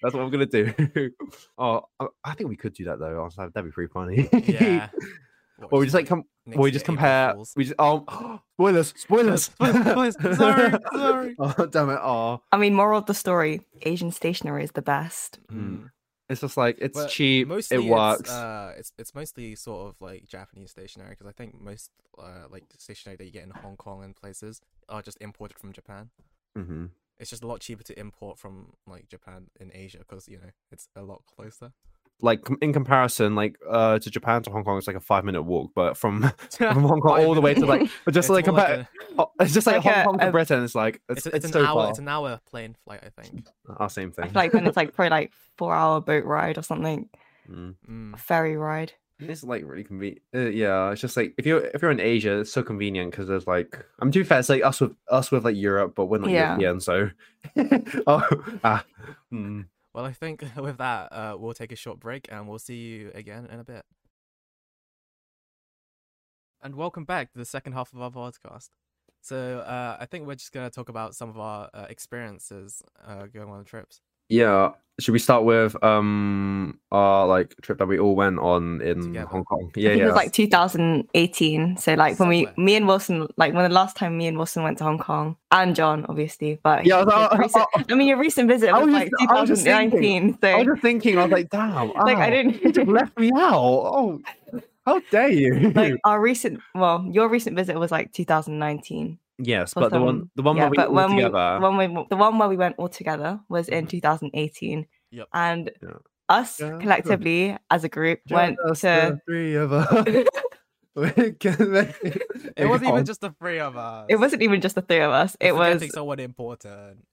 Speaker 3: That's what we're gonna do. oh, I, I think we could do that though. Honestly, that'd be pretty funny.
Speaker 2: yeah.
Speaker 3: or we just like come.
Speaker 2: next
Speaker 3: Or we
Speaker 2: year,
Speaker 3: just
Speaker 2: April
Speaker 3: compare.
Speaker 2: Fools.
Speaker 3: We just oh, spoilers, spoilers,
Speaker 2: Spoilers, spoilers, sorry, sorry.
Speaker 3: oh damn it! Oh,
Speaker 1: I mean, moral of the story: Asian stationery is the best.
Speaker 3: Mm.
Speaker 2: Mm.
Speaker 3: it's just like it's
Speaker 2: Well,
Speaker 3: cheap.
Speaker 2: Mostly,
Speaker 3: It
Speaker 2: it's,
Speaker 3: works.
Speaker 2: uh, it's it's mostly sort of like Japanese stationery because I think most uh, like stationery that you get in Hong Kong and places are just imported from Japan.
Speaker 3: Mhm.
Speaker 2: It's just a lot cheaper to import from like Japan in Asia because you know it's a lot closer.
Speaker 3: like com- in comparison, like uh to Japan to Hong Kong, it's like a five minute walk, but from from Hong Kong
Speaker 2: Five
Speaker 3: all the way to like, but just
Speaker 2: It's
Speaker 3: like
Speaker 2: more like
Speaker 3: compare,
Speaker 2: a-
Speaker 3: oh, it's just like,
Speaker 1: Like
Speaker 3: Hong
Speaker 1: a-
Speaker 3: Kong to
Speaker 1: a-
Speaker 3: Britain, it's like it's
Speaker 2: it's,
Speaker 3: it's,
Speaker 2: it's, an
Speaker 3: so
Speaker 2: hour.
Speaker 3: far.
Speaker 2: It's an hour plane flight, I think.
Speaker 3: Oh, same
Speaker 1: I
Speaker 3: thing.
Speaker 1: feel like then it's like probably like four-hour boat ride or something,
Speaker 3: Mm.
Speaker 1: a
Speaker 2: Mm.
Speaker 1: ferry ride.
Speaker 3: It's like really convenient. Uh, yeah, it's just like if you're if you're in Asia, it's so convenient because there's like I'm too fair. It's like us with us with like Europe, but we're not
Speaker 1: Yeah.
Speaker 3: European, so oh ah. mm.
Speaker 2: Well, I think with that, uh, we'll take a short break and we'll see you again in a bit. And welcome back to the second half of our podcast. So uh, I think we're just going to talk about some of our uh, experiences uh, going on trips.
Speaker 3: yeah. Should we start with um our like trip that we all went on in
Speaker 2: Together.
Speaker 3: Hong Kong?
Speaker 1: I
Speaker 3: Yeah,
Speaker 1: think
Speaker 3: yeah.
Speaker 1: it was like 2018. So like when we,
Speaker 2: Somewhere.
Speaker 1: me and Wilson, like when the last time me and Wilson went to Hong Kong and John, obviously, but
Speaker 3: yeah, uh, I was-
Speaker 1: your recent-
Speaker 3: I- I-
Speaker 1: I mean your recent visit
Speaker 3: I
Speaker 1: was,
Speaker 3: was
Speaker 1: like
Speaker 3: just- I was just thinking-
Speaker 1: 2019. So
Speaker 3: I was just thinking, I was like, damn,
Speaker 1: like I
Speaker 3: ow, you just
Speaker 1: didn't.
Speaker 3: left me out. Oh, how dare you?
Speaker 1: Like our recent, well, your recent visit was like 2019.
Speaker 3: yes,
Speaker 1: or
Speaker 3: but the
Speaker 1: some-
Speaker 3: one, the one
Speaker 1: yeah,
Speaker 3: where we
Speaker 1: but
Speaker 3: all
Speaker 1: when
Speaker 3: together. Mm-hmm.
Speaker 1: we, when we, the one where we went all together was in
Speaker 2: Mhm.
Speaker 1: 2018.
Speaker 2: Yep.
Speaker 1: And
Speaker 3: Yeah.
Speaker 1: us
Speaker 3: Yeah.
Speaker 1: collectively as a group went
Speaker 3: just
Speaker 1: to.
Speaker 3: the three of us. Oh,
Speaker 2: It
Speaker 3: it
Speaker 2: wasn't even just the three of us.
Speaker 1: It wasn't even just the three of us. It was
Speaker 2: someone important.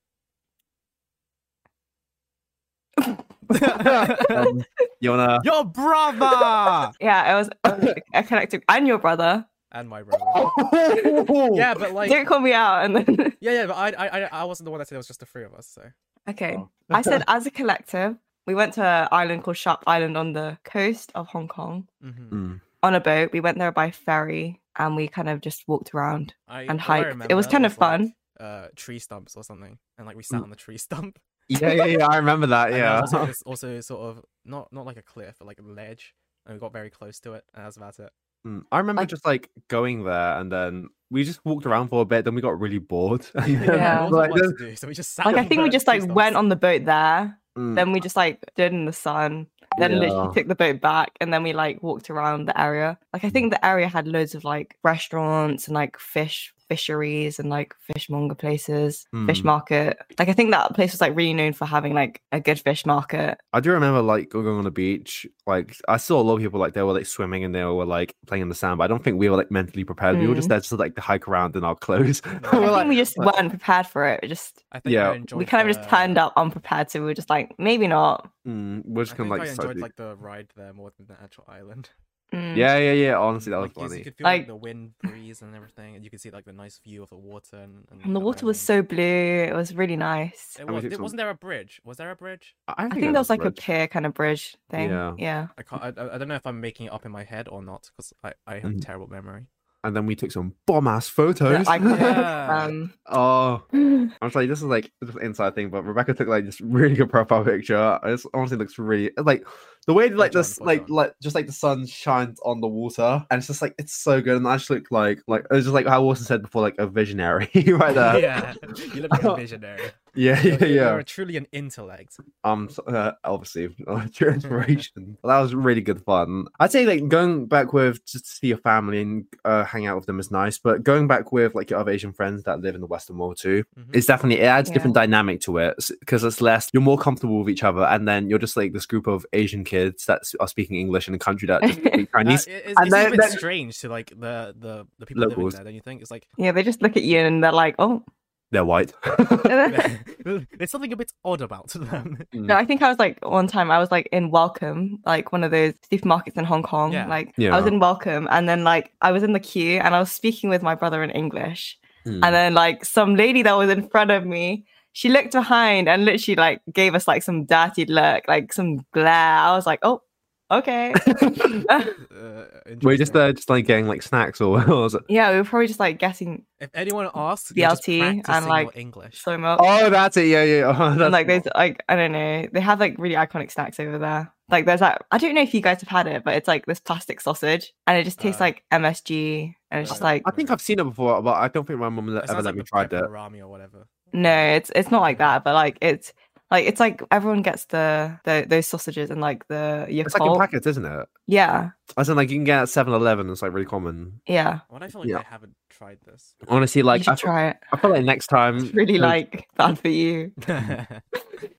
Speaker 3: Um, you wanna?
Speaker 2: Your brother
Speaker 1: yeah, it was it was a collective and your brother.
Speaker 2: and my
Speaker 3: Oh,
Speaker 2: brother. Yeah, but like,
Speaker 1: Don't call me out and then
Speaker 2: yeah, yeah, but I, I, I- I wasn't the one that said it was just the three of us. So
Speaker 1: Okay.
Speaker 3: Oh.
Speaker 1: I said as a collective, we went to an island called Sharp Island on the coast of Hong Kong
Speaker 2: Mhm.
Speaker 3: Mm.
Speaker 1: on a boat. We went there by ferry and we kind of just walked around.
Speaker 2: I,
Speaker 1: And
Speaker 2: all I
Speaker 1: hiked. It
Speaker 2: remember
Speaker 1: was kind of
Speaker 2: like,
Speaker 1: fun.
Speaker 2: uh, tree stumps or something, and like we sat
Speaker 3: Mm.
Speaker 2: on the tree stump.
Speaker 3: Yeah, yeah, yeah. I remember that.
Speaker 2: And there
Speaker 3: Yeah.
Speaker 2: was also, this- also sort of not not like a cliff, but like a ledge, and we got very close to it, and that's about it.
Speaker 3: Mm, I remember
Speaker 1: Like-
Speaker 3: just like going there and then we just walked around for a bit. Then we got really bored. and then,
Speaker 1: Yeah.
Speaker 2: we
Speaker 3: like,
Speaker 2: wasn't
Speaker 3: there's-
Speaker 2: what to do, so we just sat.
Speaker 1: Like I
Speaker 2: on
Speaker 1: think
Speaker 2: the
Speaker 1: we just
Speaker 2: tree
Speaker 1: like
Speaker 2: stumps.
Speaker 1: went on the boat there.
Speaker 3: mm,
Speaker 1: Then we just like stood in the sun. Then
Speaker 3: yeah.
Speaker 1: literally took the boat back and then we like walked around the area. Like I think the area had loads of like restaurants and like fish fisheries and like fishmonger places, fish
Speaker 3: Mm.
Speaker 1: market. Like I think that place was like really known for having like a good fish market.
Speaker 3: I do remember like going on the beach. Like I saw a lot of people like they were like swimming and they were like playing in the sand. But I don't think we were like mentally prepared. We were just
Speaker 1: Mm.
Speaker 3: there to like hike around in our clothes.
Speaker 2: No.
Speaker 1: I
Speaker 3: we're like,
Speaker 1: think we just
Speaker 3: like-
Speaker 1: weren't prepared for it. We just
Speaker 2: I think
Speaker 3: yeah,
Speaker 2: I
Speaker 3: we
Speaker 2: enjoyed
Speaker 1: we kind of
Speaker 2: the-
Speaker 1: just turned up unprepared, so we were just like, maybe not.
Speaker 3: mm, we're
Speaker 2: I
Speaker 3: just gonna
Speaker 2: think
Speaker 3: like.
Speaker 2: I
Speaker 3: start
Speaker 2: enjoyed
Speaker 3: to-
Speaker 2: like the ride there more than the actual island.
Speaker 1: Mm.
Speaker 3: Yeah, yeah, yeah. Honestly, that was
Speaker 2: Like, you, you
Speaker 3: funny.
Speaker 2: could feel like,
Speaker 1: Like-
Speaker 2: the wind breeze and everything, and you could see like the nice view of the water. And, and
Speaker 1: And the water was
Speaker 2: island.
Speaker 1: so blue. It was really nice.
Speaker 2: It
Speaker 3: I
Speaker 2: was.
Speaker 3: mean,
Speaker 2: It,
Speaker 3: it's-
Speaker 2: wasn't there a bridge? Was there a bridge?
Speaker 1: I think, there was like a pier kind of bridge thing.
Speaker 3: Yeah.
Speaker 1: Yeah.
Speaker 2: I can't. I, I I don't know if I'm making it up in my head or not because I, I have
Speaker 3: Mm.
Speaker 2: terrible memory.
Speaker 3: and then we took some bomb ass photos.
Speaker 1: I could,
Speaker 2: Yeah.
Speaker 1: um,
Speaker 3: oh, I'm sorry, this is like just an inside thing, but Rebecca took like this really good profile picture. It honestly looks really like the way like
Speaker 2: Well
Speaker 3: this
Speaker 2: done, well
Speaker 3: like
Speaker 2: done.
Speaker 3: like just like the sun shines on the water, and it's just like it's so good. And I just look like like it's just like how Wilson said before, like a visionary right there.
Speaker 2: yeah, you look like a visionary.
Speaker 3: yeah, yeah,
Speaker 2: You're-
Speaker 3: yeah.
Speaker 2: You're truly an intellect.
Speaker 3: um so- uh, obviously your inspiration that was really good fun i'd say like going back with just to see your family and uh, hang out with them is nice but going back with like your other asian friends that live in the western world too
Speaker 2: Mhm.
Speaker 3: it's definitely it adds
Speaker 1: Yeah.
Speaker 3: different dynamic to it because it's less you're more comfortable with each other and then you're just like this group of asian kids that s- are speaking english in a country that just speak
Speaker 2: Uh,
Speaker 3: chinese
Speaker 2: it- it's,
Speaker 3: and
Speaker 2: it's a
Speaker 3: then-
Speaker 2: bit
Speaker 3: then-
Speaker 2: strange to like the the, the people living
Speaker 3: Locals.
Speaker 2: there. Don't you think it's like
Speaker 1: yeah, they just look at you and they're like, oh.
Speaker 3: they're white
Speaker 2: there's something a bit odd about them.
Speaker 3: Mm.
Speaker 1: No, I think I was like one time I was like in Welcome, like one of those supermarkets in Hong Kong.
Speaker 2: Yeah.
Speaker 1: Like
Speaker 3: Yeah.
Speaker 1: I was in Welcome and then like I was in the queue and I was speaking with my brother in English.
Speaker 3: Mm.
Speaker 1: And then like some lady that was in front of me, she looked behind and literally like gave us like some dirty look, like some glare. I was like, oh, okay.
Speaker 2: Uh,
Speaker 3: we're just
Speaker 2: interesting.
Speaker 3: there just like getting like snacks or, or was it-
Speaker 1: yeah, we were probably just like getting
Speaker 2: If anyone asks, you're just
Speaker 1: BLT and,
Speaker 2: practicing your
Speaker 1: like,
Speaker 2: English.
Speaker 1: so much.
Speaker 3: oh that's it yeah yeah oh,
Speaker 1: and
Speaker 3: that's
Speaker 1: like there's like I don't know, they have like really iconic snacks over there. Like there's that I don't know if you guys have had it, but it's like this plastic sausage and it just tastes
Speaker 2: Uh,
Speaker 1: like MSG and it's just
Speaker 2: uh,
Speaker 1: like
Speaker 3: I think I've seen it before, but I don't think my mum le-
Speaker 2: It
Speaker 3: ever
Speaker 2: sounds like
Speaker 3: let me
Speaker 2: the
Speaker 3: try that.
Speaker 2: pepperami or whatever.
Speaker 1: no, it's it's not like that, but like it's like it's like everyone gets the, the those sausages and like the
Speaker 3: It's like in
Speaker 1: Yakult.
Speaker 3: packets, isn't it?
Speaker 1: yeah,
Speaker 3: As in, like you can get it at 7-Eleven. It's like really common.
Speaker 1: yeah.
Speaker 2: What I feel like
Speaker 3: Yeah.
Speaker 2: I haven't tried this.
Speaker 3: Honestly,
Speaker 1: Like, you
Speaker 3: like
Speaker 1: should
Speaker 3: I,
Speaker 1: try it.
Speaker 3: I feel like next time,
Speaker 1: It's really like bad for you.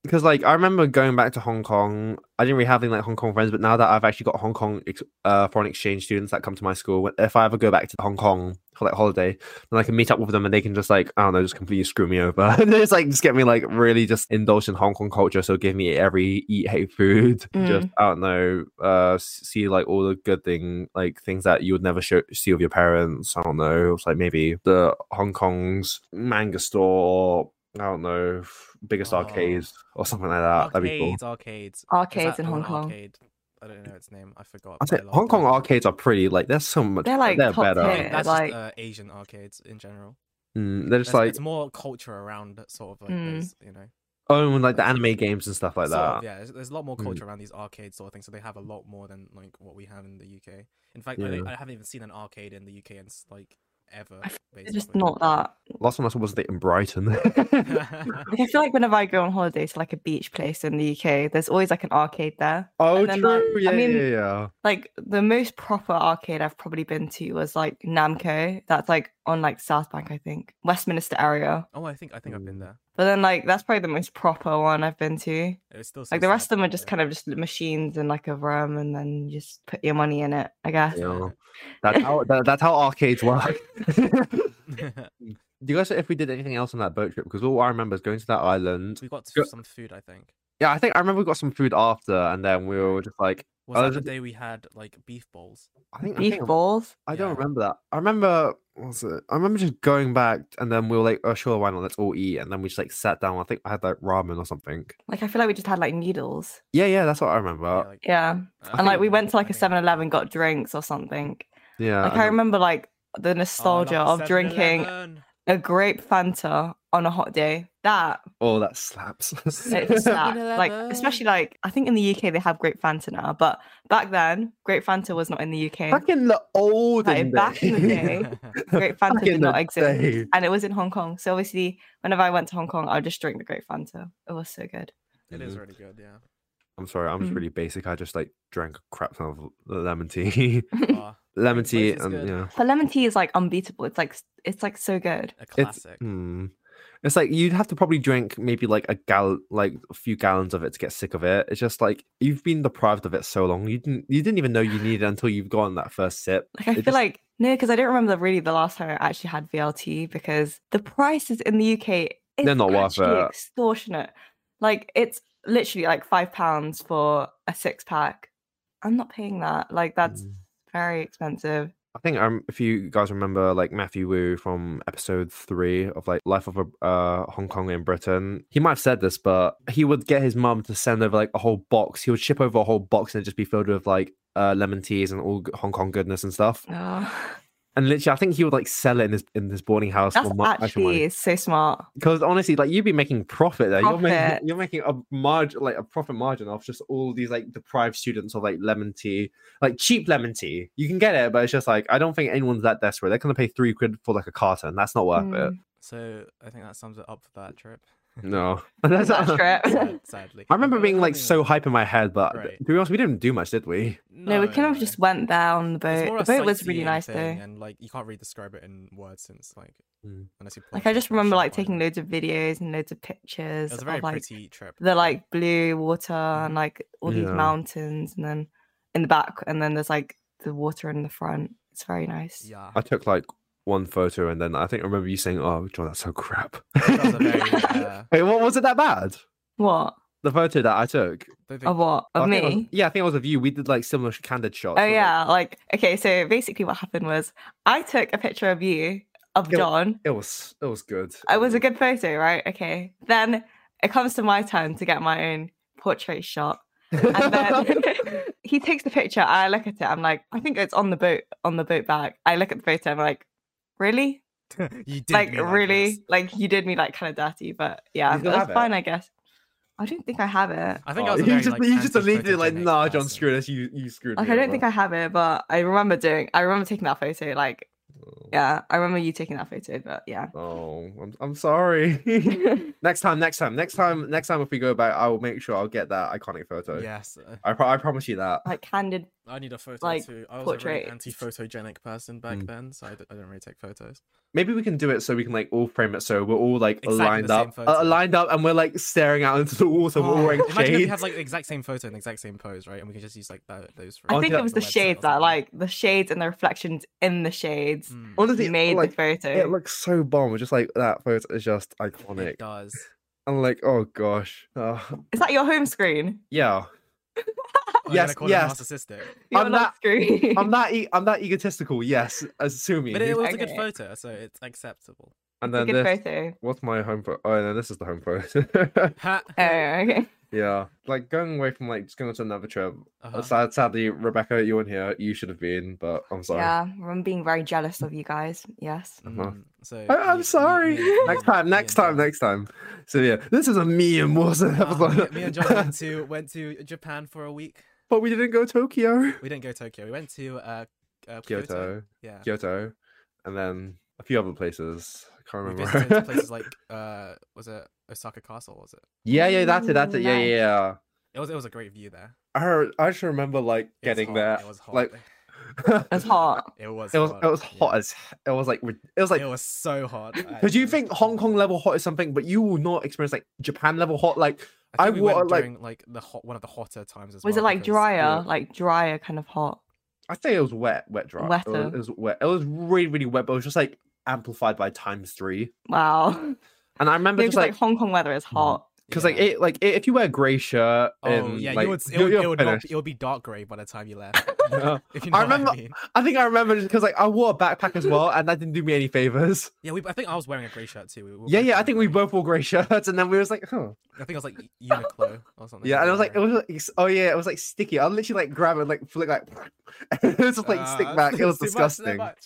Speaker 3: because like I remember going back to Hong Kong. I didn't really have any like Hong Kong friends, but now that I've actually got Hong Kong ex- uh, foreign exchange students that come to my school, when- if I ever go back to Hong Kong for like holiday, then I can meet up with them and they can just like I don't know, just completely screw me over. and just like just get me like really just indulge in Hong Kong culture. So give me every eat hate food. Just I don't know, uh, s- see like all the good thing like things that you would never show- see with your parents. I don't know. It's like maybe the Hong Kong's manga store. I don't know, f- biggest
Speaker 2: Oh.
Speaker 3: arcades or something like that. That'd be cool.
Speaker 2: arcades, arcades. Is
Speaker 1: Arcades
Speaker 2: that
Speaker 1: in
Speaker 2: the
Speaker 1: Hong
Speaker 2: one
Speaker 1: Kong.
Speaker 2: Arcade? I don't know its name. I forgot.
Speaker 3: I
Speaker 2: but I
Speaker 3: say
Speaker 2: loved
Speaker 3: Hong Kong
Speaker 2: it.
Speaker 3: arcades are pretty like they're so much.
Speaker 1: They're, like, top
Speaker 3: better.
Speaker 2: I
Speaker 1: tier.
Speaker 2: think
Speaker 1: Yeah,
Speaker 2: that's
Speaker 1: like-
Speaker 2: just uh, Asian arcades in general.
Speaker 3: Mm, they're just
Speaker 2: There's-
Speaker 3: like
Speaker 2: it's more culture around that sort of like
Speaker 1: Mm.
Speaker 2: those, you know.
Speaker 3: own oh, like the anime games and stuff like
Speaker 2: sort of,
Speaker 3: that.
Speaker 2: yeah, there's, there's a lot more
Speaker 3: Mm.
Speaker 2: culture around these arcades sort of things, so they have a lot more than like what we have in the UK. In fact, I, don't- I haven't even seen an arcade in the UK in s- like ever.
Speaker 1: I feel It's
Speaker 2: basically.
Speaker 1: just not that.
Speaker 3: Last time I saw was in Brighton.
Speaker 1: Like I feel like whenever I go on holiday to like a beach place in the UK, there's always like an arcade there.
Speaker 3: oh,
Speaker 1: And then, like, I
Speaker 3: true. yeah,
Speaker 1: mean,
Speaker 3: yeah, yeah.
Speaker 1: Like the most proper arcade I've probably been to was like Namco. That's like on like South Bank, I think, Westminster area.
Speaker 2: oh, I think I think I've
Speaker 3: Mm.
Speaker 2: been there.
Speaker 1: But then like that's probably the most proper one I've been to.
Speaker 2: It's still
Speaker 1: Like the rest of them are just kind of just machines in like a room, and then you just put your money in it. I guess.
Speaker 3: Yeah. That's how that, that's how arcades work. Do
Speaker 2: of.
Speaker 3: you guys know if we did anything else on that boat trip? Because all I remember is going to that island.
Speaker 2: we got
Speaker 3: Go-
Speaker 2: some food, I think.
Speaker 3: Yeah, I think I remember we got some food after, and then we were just like,
Speaker 2: Was
Speaker 3: Oh,
Speaker 2: that the
Speaker 3: did-
Speaker 2: day we had like beef balls?
Speaker 3: I think, I,
Speaker 1: Beef
Speaker 3: think-
Speaker 1: balls.
Speaker 3: I don't
Speaker 2: Yeah.
Speaker 3: remember that. I remember what was it? I remember just going back, and then we were like, oh sure, why not? Let's all eat, and then we just like sat down. I think I had like ramen or something.
Speaker 1: Like I feel like we just had like noodles.
Speaker 3: Yeah, yeah, that's what I remember.
Speaker 2: Yeah,
Speaker 3: Yeah,
Speaker 2: like,
Speaker 1: Yeah.
Speaker 2: I
Speaker 1: and
Speaker 2: think
Speaker 1: like we
Speaker 2: I
Speaker 1: went to
Speaker 2: think-
Speaker 1: like
Speaker 2: I
Speaker 1: a
Speaker 2: think I-
Speaker 1: 7-Eleven, got drinks or something. like
Speaker 3: and
Speaker 1: I
Speaker 3: then-
Speaker 1: remember like the
Speaker 2: Uh, Oh, I
Speaker 1: nostalgia
Speaker 2: love
Speaker 1: of drinking
Speaker 2: 7-Eleven.
Speaker 1: a grape Fanta on a hot day. That
Speaker 3: Oh, that slaps.
Speaker 1: it's that like especially like I think in the UK they have grape Fanta now, but back then grape Fanta was not in the UK.
Speaker 3: back in the
Speaker 1: Like,
Speaker 3: olden
Speaker 1: back in the
Speaker 3: days.
Speaker 1: day, Grape
Speaker 3: Back
Speaker 1: Fanta
Speaker 3: in
Speaker 1: did
Speaker 3: the
Speaker 1: not exist,
Speaker 3: day.
Speaker 1: and it was in Hong Kong. So obviously, whenever I went to Hong Kong, I would just drink the grape Fanta. It was so good.
Speaker 2: it is
Speaker 3: Mhm.
Speaker 2: really good. Yeah.
Speaker 3: I'm sorry, I'm just
Speaker 1: Mm.
Speaker 3: really basic. I just like drank a crap ton of lemon tea,
Speaker 2: Ah,
Speaker 3: lemon tea,
Speaker 2: is
Speaker 3: and
Speaker 2: good.
Speaker 3: yeah.
Speaker 1: But lemon tea is like unbeatable. It's like s- it's like so good.
Speaker 2: a
Speaker 3: It's
Speaker 2: classic.
Speaker 3: hmm. It's like you'd have to probably drink maybe like a gal, like a few gallons of it to get sick of it. It's just like you've been deprived of it so long. You didn't, you didn't even know you needed it until you've gotten that first sip.
Speaker 1: Like I
Speaker 3: It
Speaker 1: feel
Speaker 3: just-
Speaker 1: like no, because I don't remember really the last time I actually had VLT because the prices in the UK is
Speaker 3: They're not worth
Speaker 1: actually
Speaker 3: it.
Speaker 1: Extortionate. Like it's literally like five pounds for a six pack. I'm not paying that. Like that's
Speaker 3: Mm.
Speaker 1: very expensive.
Speaker 3: I think um, if you guys remember, like Matthew Wu from episode three of like Life of a uh, Hong Kong in Britain, he might have said this, but he would get his mum to send over like a whole box. He would ship over a whole box and it'd just be filled with like uh, lemon teas and all Hong Kong goodness and stuff.
Speaker 1: Oh,
Speaker 3: And literally, I think he would like sell it in his in his boarding house
Speaker 1: that's
Speaker 3: for mu- actual money.
Speaker 1: actually so smart.
Speaker 3: Because honestly, like you'd be making profit there. You're
Speaker 1: Profit.
Speaker 3: making you're making a margin, like a profit margin off just all these like deprived students of like lemon tea, like cheap lemon tea. You can get it, but it's just like I don't think anyone's that desperate. They're gonna pay three quid for like a carton. That's not
Speaker 2: Hmm.
Speaker 3: worth
Speaker 1: Mm.
Speaker 2: So I think that sums it up for that trip.
Speaker 3: it. No, that's
Speaker 1: That trip.
Speaker 2: Sad- Sadly,
Speaker 3: I remember
Speaker 2: But
Speaker 3: being like
Speaker 2: anyway,
Speaker 3: so hype in my head, but th-
Speaker 2: Right.
Speaker 3: to be honest, we didn't do much, did we?
Speaker 1: No, we kind of
Speaker 2: no.
Speaker 1: just went down the
Speaker 2: It's more
Speaker 1: boat.
Speaker 2: a
Speaker 1: The boat was really
Speaker 2: sightseeing
Speaker 1: nice
Speaker 2: thing,
Speaker 1: though.
Speaker 2: and like you can't really describe it in words since like
Speaker 3: Mm.
Speaker 2: unless you
Speaker 1: Like
Speaker 2: point
Speaker 1: I
Speaker 2: it
Speaker 1: just
Speaker 2: or
Speaker 1: remember like
Speaker 2: shine
Speaker 1: taking
Speaker 2: it.
Speaker 1: loads of videos and loads of pictures
Speaker 2: It was a
Speaker 1: of
Speaker 2: very
Speaker 1: like
Speaker 2: pretty Mm-hmm. trip.
Speaker 1: the like blue water and like all these
Speaker 3: Yeah.
Speaker 1: mountains and then in the back and then there's like the water in the front. It's very nice.
Speaker 2: yeah,
Speaker 3: I took like one photo, and then I think I remember you saying, "Oh, John, that's so crap."
Speaker 2: that was a very. Uh,
Speaker 3: Wait, what was it that bad?
Speaker 1: What?
Speaker 3: The photo that I took.
Speaker 2: don't think-
Speaker 1: Of what? Of
Speaker 3: I
Speaker 1: me?
Speaker 3: think it was- yeah, I think it was of you. We did like similar sh- candid shots.
Speaker 1: Oh
Speaker 3: with, like,
Speaker 1: yeah, like okay. So basically, what happened was I took a picture of you of
Speaker 3: Yeah.
Speaker 1: John.
Speaker 3: It was it was good.
Speaker 1: It was a good photo, right? Okay. Then it comes to my turn to get my own portrait shot, and then he takes the picture. I look at it. I'm like, I think it's on the boat on the boat back. I look at the photo. I'm like, really?
Speaker 2: you did
Speaker 1: Like
Speaker 2: me
Speaker 1: really?
Speaker 2: this.
Speaker 1: Like you did me like kind of dirty, but yeah,
Speaker 3: You
Speaker 1: it
Speaker 3: still
Speaker 1: was
Speaker 3: have it?
Speaker 1: fine, I guess. I don't think I have it.
Speaker 2: I think I
Speaker 3: Oh,
Speaker 2: was a
Speaker 3: you
Speaker 2: very,
Speaker 3: just
Speaker 2: like,
Speaker 3: you just deleted it like
Speaker 2: anti-photogenic
Speaker 3: nah, John,
Speaker 2: person.
Speaker 3: screw this. You you screwed
Speaker 1: Like
Speaker 3: me.
Speaker 1: I don't think I have it, but I remember doing. I remember taking that photo. Like
Speaker 3: think
Speaker 1: yeah, I remember you taking that photo, but yeah.
Speaker 3: Oh, I'm I'm sorry. next time, next time, next time, next time. If we go back, I will make sure I'll get that iconic photo.
Speaker 2: Yes, uh,
Speaker 3: I pro- I promise you that.
Speaker 1: like candid.
Speaker 2: I need a photo
Speaker 1: Like,
Speaker 2: too. I was a very
Speaker 1: portraits.
Speaker 2: anti-photogenic person back
Speaker 3: Mm.
Speaker 2: then, so I d- I don't really take photos.
Speaker 3: Maybe we can do it so we can like all frame it so we're all like
Speaker 2: Exactly the
Speaker 3: lined
Speaker 2: same
Speaker 3: up,
Speaker 2: photo. Oh,
Speaker 3: uh, lined up, and we're like staring out into the water. We're all wearing
Speaker 2: Imagine if we
Speaker 3: shades.
Speaker 2: have like the exact same photo and the exact same pose, right? And we can just use like that, those. for,
Speaker 1: I
Speaker 3: Onto
Speaker 1: think
Speaker 3: that-
Speaker 1: it was the
Speaker 2: website or
Speaker 1: shades that,
Speaker 2: something.
Speaker 1: like the shades and the reflections in the shades,
Speaker 2: Mm,
Speaker 3: Honestly,
Speaker 1: made
Speaker 3: like,
Speaker 1: the photo.
Speaker 3: it looks so bomb. Just like that photo is just
Speaker 2: it
Speaker 3: iconic.
Speaker 2: does.
Speaker 3: I'm like, oh gosh, uh,
Speaker 1: Is that your home screen?
Speaker 3: yeah.
Speaker 2: Oh, yes,
Speaker 3: Yes,
Speaker 2: call
Speaker 3: yes. Mm-hmm.
Speaker 2: It narcissistic.
Speaker 1: Your
Speaker 3: I'm
Speaker 1: lock
Speaker 3: not-
Speaker 1: screen.
Speaker 3: I'm that e- I'm that egotistical. Yes, assuming.
Speaker 2: But it was a good
Speaker 1: Okay.
Speaker 2: photo, so it's acceptable.
Speaker 3: and
Speaker 1: It's a
Speaker 3: then
Speaker 1: good
Speaker 3: this,
Speaker 1: photo.
Speaker 3: what's my home photo? Oh, no, this is the home photo.
Speaker 2: Ha.
Speaker 1: Oh, okay.
Speaker 3: yeah, like going away from like just going to another trip.
Speaker 2: Uh-huh.
Speaker 3: Sad, sadly, Rebecca, you weren't here. You should have been, but I'm sorry.
Speaker 1: Yeah, I'm being very jealous of you guys. Yes.
Speaker 3: Uh-huh.
Speaker 2: Mm, So
Speaker 3: I- I'm
Speaker 2: me-
Speaker 3: sorry.
Speaker 2: me- me
Speaker 3: next
Speaker 2: and-
Speaker 3: time,
Speaker 2: me
Speaker 3: next
Speaker 2: and
Speaker 3: time,
Speaker 2: John-
Speaker 3: next time. So yeah, this is a me and Wilson
Speaker 2: Ah, me,
Speaker 3: episode.
Speaker 2: me and John went to went to Japan for a week.
Speaker 3: but we didn't go to Tokyo,
Speaker 2: We didn't go to Tokyo. We went to uh, uh, Kyoto.
Speaker 3: Kyoto,
Speaker 2: Yeah.
Speaker 3: Kyoto, and then a few other places. I can't
Speaker 2: We
Speaker 3: remember.
Speaker 2: visited places like uh, was it Osaka Castle? Was it?
Speaker 3: yeah, yeah, that's it, that's it. Yeah,
Speaker 1: Nice.
Speaker 3: yeah, yeah.
Speaker 2: It was. It was a great view there.
Speaker 3: I heard, I just remember like
Speaker 2: It was
Speaker 3: getting
Speaker 2: hot,
Speaker 3: there,
Speaker 2: It was hot.
Speaker 3: like
Speaker 1: It's hot.
Speaker 2: it was.
Speaker 3: It was it was
Speaker 2: yeah.
Speaker 3: hot as he- it was like rid- it was like
Speaker 2: it was so hot.
Speaker 3: because you think Hong Kong level hot is something, but you will not experience like Japan level hot. Like
Speaker 2: I,
Speaker 3: I
Speaker 2: think we
Speaker 3: wa-
Speaker 2: went
Speaker 3: like-
Speaker 2: during like the hot one of the hotter times as
Speaker 1: Was it
Speaker 2: well.
Speaker 1: like
Speaker 2: because-
Speaker 1: drier?
Speaker 3: yeah.
Speaker 1: Like drier kind of hot.
Speaker 3: I say it was wet, wet dry. It was,
Speaker 1: Wetter.
Speaker 3: it was wet. It was really really wet, but it was just like amplified by times three.
Speaker 1: Wow.
Speaker 3: And I remember
Speaker 1: Maybe
Speaker 3: just
Speaker 1: like,
Speaker 3: like
Speaker 1: Hong Kong weather
Speaker 2: Hmm.
Speaker 1: is hot.
Speaker 3: because like
Speaker 2: Yeah.
Speaker 3: it like it, if you wear a grey shirt,
Speaker 2: Oh
Speaker 3: and,
Speaker 2: yeah,
Speaker 3: like,
Speaker 2: you would. It
Speaker 3: you're-
Speaker 2: would,
Speaker 3: you're
Speaker 2: it would, not,
Speaker 3: finished.
Speaker 2: it would be dark grey by the time you left.
Speaker 3: Yeah.
Speaker 2: if you know
Speaker 3: I
Speaker 2: What
Speaker 3: remember-
Speaker 2: I mean.
Speaker 3: I think I remember just because like I wore a backpack as well, and that didn't do me any favors.
Speaker 2: Yeah, we, I think I was wearing a grey shirt too. We were
Speaker 3: Yeah,
Speaker 2: both
Speaker 3: yeah, I
Speaker 2: wearing
Speaker 3: think we
Speaker 2: grey.
Speaker 3: both wore grey shirts, and then we was like, huh.
Speaker 2: I think it was like Uniqlo or something.
Speaker 3: Yeah, and
Speaker 2: we
Speaker 3: it was like, it
Speaker 2: were
Speaker 3: was like, ex- oh yeah, it was like sticky. I literally like grab it, like flick, like it was just like stick
Speaker 2: Ah,
Speaker 3: back. It was
Speaker 2: too much, too
Speaker 3: disgusting.
Speaker 2: much.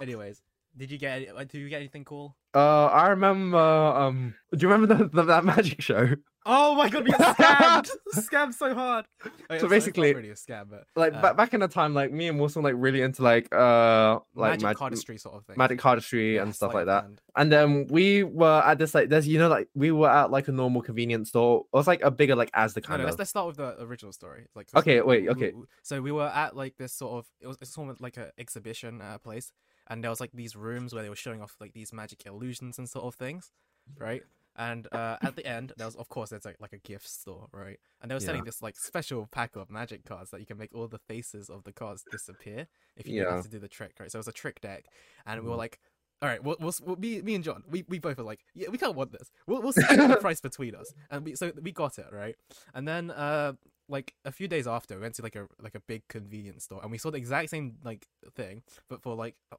Speaker 2: Anyways, did you get? Any, like, did you get anything cool?
Speaker 3: Uh, I remember. Um, do you remember the, the, that magic show?
Speaker 2: Oh my god, we got scammed! scammed so hard. Okay, it's not-
Speaker 3: basically-
Speaker 2: it's not really a scam, but
Speaker 3: Like
Speaker 2: Uh,
Speaker 3: ba- back in the time, like me and Wilson, like really into like uh like
Speaker 2: magic
Speaker 3: mag-
Speaker 2: cardistry sort of thing.
Speaker 3: magic cardistry
Speaker 2: Yeah,
Speaker 3: and
Speaker 2: it's
Speaker 3: stuff
Speaker 2: like
Speaker 3: like that.
Speaker 2: planned.
Speaker 3: And um, we were at this like there's you know like we were at like a normal convenience store. It was like a bigger like Asda
Speaker 2: No,
Speaker 3: kind
Speaker 2: no, let's,
Speaker 3: of.
Speaker 2: let's start with the original story. Like, 'cause
Speaker 3: Okay, wait,
Speaker 2: we-
Speaker 3: okay.
Speaker 2: we- So we were at like this sort of it was it's almost like an exhibition uh, place, and there was like these rooms where they were showing off like these magic illusions and sort of things, right? And uh, at the end, there was of course there's like, like a gift store, right? And they were selling
Speaker 3: Yeah.
Speaker 2: this like special pack of magic cards that you can make all the faces of the cards disappear if you know how
Speaker 3: Yeah.
Speaker 2: to do the trick, right? So it was a trick deck, and we were
Speaker 3: Mhm.
Speaker 2: like. All right, we'll, we'll, s- we'll me, me and John, we, we both were like, yeah, we can't want this. We'll, we'll split the price between us, and we so we got it right. And then uh, like a few days after we went to like a like a big convenience store and we saw the exact same like thing but for like a,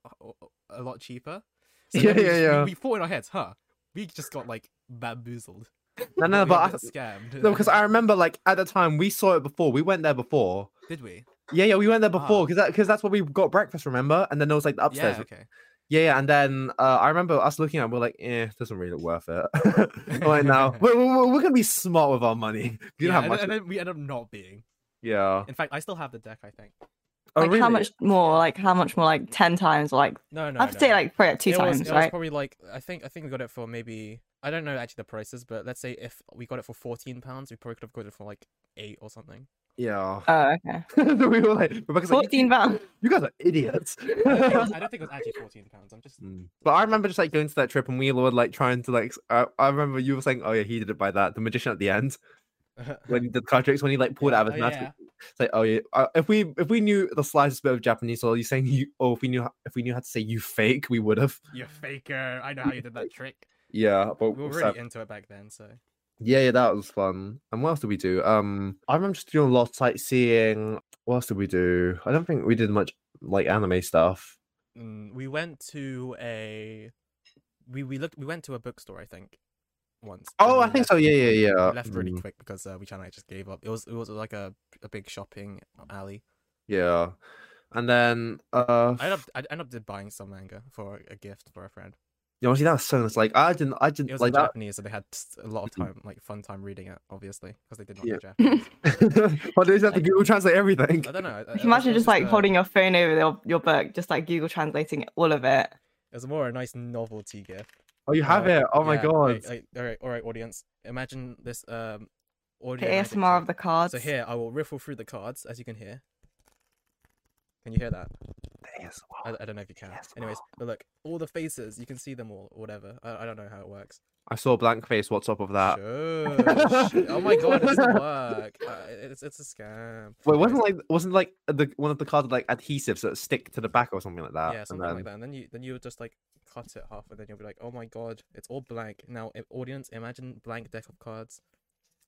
Speaker 2: a- a lot cheaper
Speaker 3: Yeah,
Speaker 2: then we,
Speaker 3: yeah,
Speaker 2: we-
Speaker 3: yeah.
Speaker 2: we thought in our heads huh we just got like bamboozled
Speaker 3: No, no,
Speaker 2: We
Speaker 3: but
Speaker 2: got
Speaker 3: I,
Speaker 2: scammed
Speaker 3: no, because I remember like at the time we saw it before. We went there before.
Speaker 2: did we
Speaker 3: Yeah, yeah, we went there
Speaker 2: Ah.
Speaker 3: before because because that's what we got breakfast. Remember? And then there was like the upstairs.
Speaker 2: yeah okay
Speaker 3: Yeah, yeah, and then uh, I remember us looking at it, we're like, eh, doesn't really look worth it. right now, we're, we're, we're gonna be smart with our money.
Speaker 2: yeah,
Speaker 3: You don't have
Speaker 2: and,
Speaker 3: much.
Speaker 2: then- and then we end up not being
Speaker 3: yeah.
Speaker 2: in fact i still have the deck i think
Speaker 3: Oh,
Speaker 1: like
Speaker 3: really?
Speaker 1: how much more? Like how much more? Like ten times? or, Like
Speaker 2: no no
Speaker 1: I have to
Speaker 2: no.
Speaker 1: say like probably like two
Speaker 2: it
Speaker 1: times,
Speaker 2: was, it was
Speaker 1: right?
Speaker 2: probably like I think I think we got it for maybe I don't know actually the prices, but let's say if we got it for fourteen pounds, we probably could have got it for like eight or something.
Speaker 3: Yeah.
Speaker 1: Oh, okay.
Speaker 3: so we were like, Rebecca's like,
Speaker 1: Fourteen pounds.
Speaker 3: you guys are idiots.
Speaker 2: I don't think it was, I don't think it was actually fourteen pounds. I'm just
Speaker 3: Mm. But I remember just like going to that trip and we were like trying to like. s- I, I remember you were saying, "Oh yeah, he did it by that." The magician at the end when he did the card tricks when he like pulled it out of
Speaker 2: Oh,
Speaker 3: his mouth.
Speaker 2: yeah.
Speaker 3: It's like, "Oh yeah, uh, if we if we knew the slightest bit of Japanese, or you saying you, or if we knew ho- if we knew how to say you fake, we would have."
Speaker 2: You faker! I know how you did that trick.
Speaker 3: Yeah, but
Speaker 2: We were
Speaker 3: so-
Speaker 2: really into it back then, so
Speaker 3: Yeah, yeah, that was fun. And what else did we do? Um, I remember just doing a lot of sightseeing. What else did we do? I don't think we did much like anime stuff.
Speaker 2: mm, we went to a we we looked we went to a bookstore I think once. and
Speaker 3: Oh,
Speaker 2: we
Speaker 3: I think
Speaker 2: left-
Speaker 3: so. Yeah, yeah,
Speaker 2: we
Speaker 3: yeah.
Speaker 2: left really
Speaker 3: Mm,
Speaker 2: quick because uh, we kind of just gave up. It was it was like a a big shopping alley.
Speaker 3: yeah. And then, uh,
Speaker 2: I end up I end up did buying some manga for a gift for a friend.
Speaker 3: you know, see, that was so nice. Like, I didn't, I
Speaker 2: It
Speaker 3: didn't
Speaker 2: was
Speaker 3: like
Speaker 2: in
Speaker 3: that.
Speaker 2: Japanese, so they had s- a lot of
Speaker 3: Mhm.
Speaker 2: time, like fun time reading it, obviously, because they did not
Speaker 3: Yeah.
Speaker 2: know Japanese.
Speaker 3: Why do you have to
Speaker 2: Like-
Speaker 3: Google Translate everything?
Speaker 2: I don't know. I- I-
Speaker 1: Imagine
Speaker 2: it was uh,
Speaker 1: just like
Speaker 2: a-
Speaker 1: holding your phone over your, your book, just like Google translating all of it.
Speaker 2: It was more a nice novelty gift.
Speaker 3: Oh, you have
Speaker 2: Uh,
Speaker 3: it. Oh my
Speaker 2: yeah,
Speaker 3: god.
Speaker 2: Like, like, all right, all right, audience. Imagine this um
Speaker 1: The
Speaker 2: audio. magic
Speaker 1: ASMR of
Speaker 2: trick.
Speaker 1: the cards.
Speaker 2: So here, I will riffle through the cards, as you can hear. Can you hear that?
Speaker 3: Yes,
Speaker 2: I,
Speaker 3: wow.
Speaker 2: I don't know if you can.
Speaker 3: Yes,
Speaker 2: Anyways, but look, all the faces, you can see them all, or whatever. I, I don't know how it works.
Speaker 3: I saw a blank face. What's up with that?
Speaker 2: Sure, sure. Oh my god, it doesn't work. Uh, it's, it's a scam.
Speaker 3: Wait,
Speaker 2: Anyways,
Speaker 3: wasn't like wasn't like the one of the cards like adhesive, so it stick to the back or something like that.
Speaker 2: yeah,
Speaker 3: and
Speaker 2: something
Speaker 3: then-
Speaker 2: like that. And then you then you would just like cut it off, and then you'll be like, oh my god, it's all blank. Now, i- audience, imagine blank deck of cards.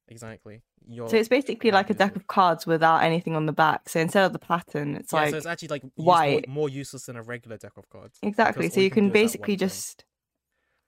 Speaker 2: Exactly. Your
Speaker 1: So it's basically like a deck
Speaker 2: Beautiful.
Speaker 1: of cards without anything on the back. So instead of the pattern, it's
Speaker 2: yeah,
Speaker 1: like
Speaker 2: so it's actually like used more-
Speaker 1: white.
Speaker 2: more useless than a regular deck of cards.
Speaker 1: exactly.
Speaker 2: because
Speaker 1: So
Speaker 2: all
Speaker 1: you can
Speaker 2: do is that one
Speaker 1: basically
Speaker 2: thing.
Speaker 1: just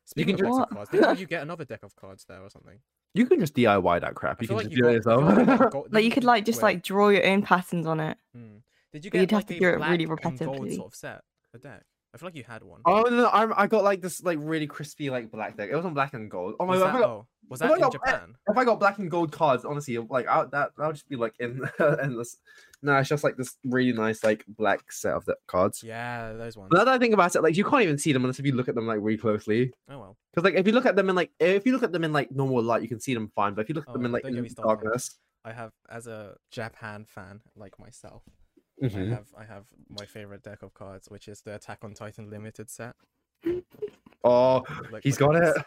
Speaker 2: Speaking
Speaker 3: can
Speaker 2: of decks
Speaker 1: just-
Speaker 2: of cards, maybe you get another deck of cards there or something.
Speaker 3: You can just DIY that crap.
Speaker 2: I
Speaker 3: You
Speaker 2: feel
Speaker 3: can
Speaker 2: like
Speaker 3: just
Speaker 2: you
Speaker 3: do it
Speaker 2: got- I feel like you
Speaker 3: yourself.
Speaker 2: got gold-
Speaker 1: like you
Speaker 2: didn't
Speaker 1: could like just
Speaker 2: wait,
Speaker 1: like draw your own patterns on it.
Speaker 2: hmm. Did you
Speaker 1: but
Speaker 2: get
Speaker 1: you'd have
Speaker 2: like
Speaker 1: to
Speaker 2: a
Speaker 1: do it really
Speaker 2: black and gold
Speaker 1: repetitively.
Speaker 2: sort of set a deck? I feel like you had one.
Speaker 3: oh no, no, I'm, I got like this like really crispy like black deck. It wasn't black and gold. Oh my
Speaker 2: was
Speaker 3: god, if
Speaker 2: that,
Speaker 3: I, got,
Speaker 2: oh, was
Speaker 3: have
Speaker 2: that
Speaker 3: I
Speaker 2: in
Speaker 3: got black-
Speaker 2: Japan?
Speaker 3: if I got black and gold cards, honestly, like I, that that would just be like in endless. No, it's just like this really nice like black set of the cards.
Speaker 2: Yeah, those ones.
Speaker 3: Now that I think about it, like you can't even see them unless if you look at them like really closely.
Speaker 2: Oh well.
Speaker 3: Because like if you look at them in like if you look at them in like normal light, you can see them fine. But if you look at
Speaker 2: Oh,
Speaker 3: them in
Speaker 2: yeah,
Speaker 3: like
Speaker 2: don't get
Speaker 3: in
Speaker 2: me started on
Speaker 3: darkness,
Speaker 2: I have as a Japan fan like myself,
Speaker 3: Mhm.
Speaker 2: I have I have my favorite deck of cards, which is the Attack on Titan limited set.
Speaker 3: oh,
Speaker 2: Like,
Speaker 3: he's
Speaker 2: look
Speaker 3: got
Speaker 2: at
Speaker 3: it.
Speaker 2: this.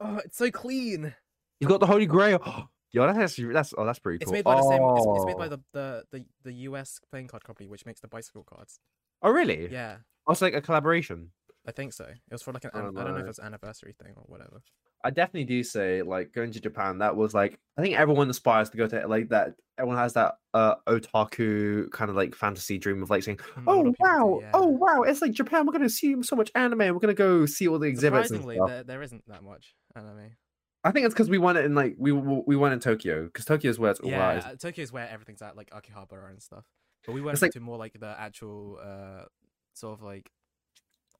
Speaker 2: Oh, it's so clean.
Speaker 3: He's got the Holy Grail. Yo, that's actually that's oh that's pretty
Speaker 2: It's
Speaker 3: cool.
Speaker 2: made by the same. It's, it's made
Speaker 3: Oh.
Speaker 2: by the, the the the US playing card company, which makes the bicycle cards.
Speaker 3: Oh really?
Speaker 2: Yeah,
Speaker 3: Also like a collaboration.
Speaker 2: I think so. It was for like an.
Speaker 3: Oh,
Speaker 2: an- I don't know if
Speaker 3: nice.
Speaker 2: it's an anniversary thing or whatever.
Speaker 3: I definitely do say like going to Japan. That was like I think everyone aspires to go to like that. Everyone has that uh otaku kind of like fantasy dream of like saying,
Speaker 2: Mm, a lot of
Speaker 3: "Oh
Speaker 2: people do,
Speaker 3: wow,
Speaker 2: yeah.
Speaker 3: oh wow, it's like Japan. We're gonna see so much anime. We're gonna go see all the exhibits." And
Speaker 2: Surprisingly,
Speaker 3: stuff."
Speaker 2: there, there isn't that much anime.
Speaker 3: I think it's because we won it in like we w- we won in Tokyo because Tokyo is where it's all
Speaker 2: Yeah,
Speaker 3: right.
Speaker 2: uh, Tokyo's where everything's at, like Akihabara and stuff. But we went
Speaker 3: like-
Speaker 2: to more like the actual uh, sort of like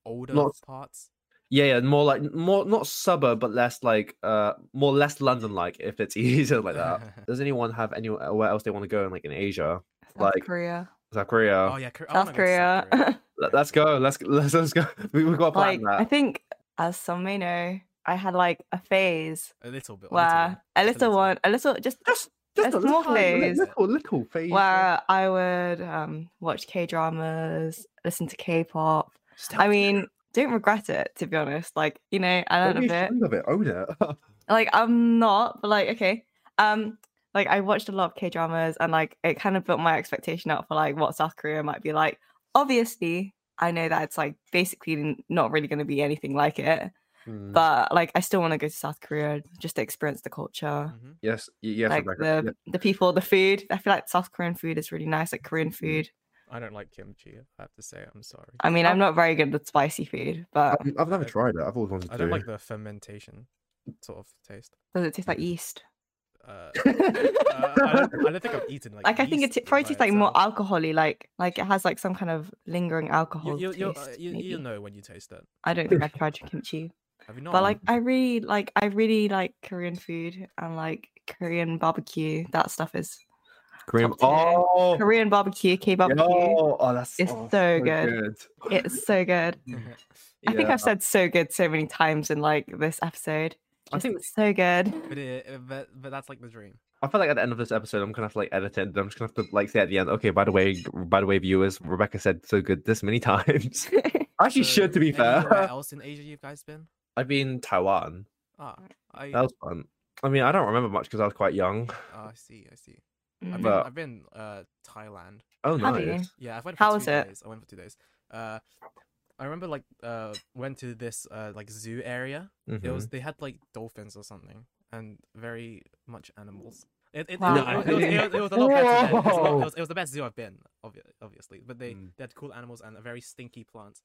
Speaker 2: older
Speaker 3: Lots-
Speaker 2: parts.
Speaker 3: Yeah, yeah, more like more not suburb, but less like uh more less London like if it's easier like that. Does anyone have anywhere where else they want to go in like in Asia,
Speaker 1: South
Speaker 3: Like,
Speaker 1: Korea,
Speaker 3: South Korea?
Speaker 2: oh yeah, Kor- I wanna
Speaker 1: South
Speaker 2: go to South
Speaker 1: Korea.
Speaker 3: Let- Let's go. Let's let's let's go. We have got a
Speaker 1: like
Speaker 3: plan
Speaker 1: I
Speaker 3: that.
Speaker 1: think, as some may know, I had like a phase
Speaker 2: A little bit. a little
Speaker 1: where a
Speaker 2: Just a
Speaker 1: little
Speaker 2: little.
Speaker 1: one, a little just
Speaker 3: Just
Speaker 1: just a small
Speaker 3: tiny li-
Speaker 1: place.
Speaker 3: little little phase.
Speaker 1: where I would um, watch K dramas, listen to K-pop.
Speaker 3: Just
Speaker 1: I
Speaker 3: have-
Speaker 1: mean, don't regret it to be honest. Like you know, I
Speaker 3: don't
Speaker 1: learned a
Speaker 3: be
Speaker 1: bit.
Speaker 3: ashamed of it. Own it.
Speaker 1: Like I'm not, but like okay, um, like I watched a lot of K dramas, and like it kind of built my expectation up for like what South Korea might be like. Obviously, I know that it's like basically n- not really going to be anything like it,
Speaker 3: Mm.
Speaker 1: But like, I still want to go to South Korea just to experience the culture,
Speaker 2: Mhm.
Speaker 3: yes, y- yes,
Speaker 1: like
Speaker 3: Rebecca.
Speaker 1: the
Speaker 3: yep.
Speaker 1: the people, the food. I feel like South Korean food is really nice, like Korean food.
Speaker 2: I don't like kimchi. I have to say, I'm sorry.
Speaker 1: I mean, I'm not very good with spicy food, but
Speaker 3: I've, I've never tried it. I've always wanted to.
Speaker 2: I don't like the fermentation sort of taste.
Speaker 1: does it taste like yeast?
Speaker 2: Uh, uh, I, don't, I don't think I've eaten like.
Speaker 1: Like, I think it
Speaker 2: yeast
Speaker 1: t- probably
Speaker 2: by
Speaker 1: tastes like more
Speaker 2: itself.
Speaker 1: alcoholy, like like it has like some kind of lingering alcohol
Speaker 2: You, you, you'll, uh,
Speaker 1: taste.
Speaker 2: you,
Speaker 1: maybe.
Speaker 2: you'll know when you taste it.
Speaker 1: I don't think I've tried kimchi,
Speaker 2: Have you not?
Speaker 1: but like I really like I really like Korean food and like Korean barbecue. That stuff is
Speaker 3: Korean.
Speaker 1: top tier.
Speaker 3: Oh,
Speaker 1: Korean barbecue, K barbecue.
Speaker 3: yo, oh, that's
Speaker 1: It's
Speaker 3: oh,
Speaker 1: so good. It's so good. I think
Speaker 3: Yeah.
Speaker 1: I've said so good so many times in like this episode.
Speaker 3: I
Speaker 1: Just
Speaker 3: think-
Speaker 1: it's so good.
Speaker 2: but, it, uh, but but that's like the dream.
Speaker 3: I feel like at the end of this episode, I'm gonna have to like edit it. And I'm just gonna have to like say at the end, okay. By the way, g- by the way, viewers, Rebecca said so good this many times.
Speaker 2: So,
Speaker 3: Actually, should to be
Speaker 2: Anywhere
Speaker 3: fair.
Speaker 2: else in Asia you've guys been?
Speaker 3: I've been Taiwan.
Speaker 2: Ah, I.
Speaker 3: That was fun. I mean, I don't remember much because I was quite young.
Speaker 2: ah, I see. I see. I've
Speaker 1: Mm.
Speaker 2: been,
Speaker 3: But-
Speaker 2: I've been uh, Thailand.
Speaker 3: Oh,
Speaker 1: Have you?
Speaker 3: nice.
Speaker 2: Yeah, I went for
Speaker 1: How
Speaker 2: two
Speaker 1: was it?
Speaker 2: days. I went for two days. Uh, I remember like uh went to this uh like zoo area. It
Speaker 3: Mm-hmm.
Speaker 2: was they had like dolphins or something and very much animals. It it,
Speaker 1: Wow.
Speaker 2: it, was- it, was, it was a lot better. Than, it, was a lot-
Speaker 3: Whoa.
Speaker 2: it was, it was the best zoo I've been, obvi- obviously. But they
Speaker 3: Mm.
Speaker 2: they had cool animals and a very stinky plant.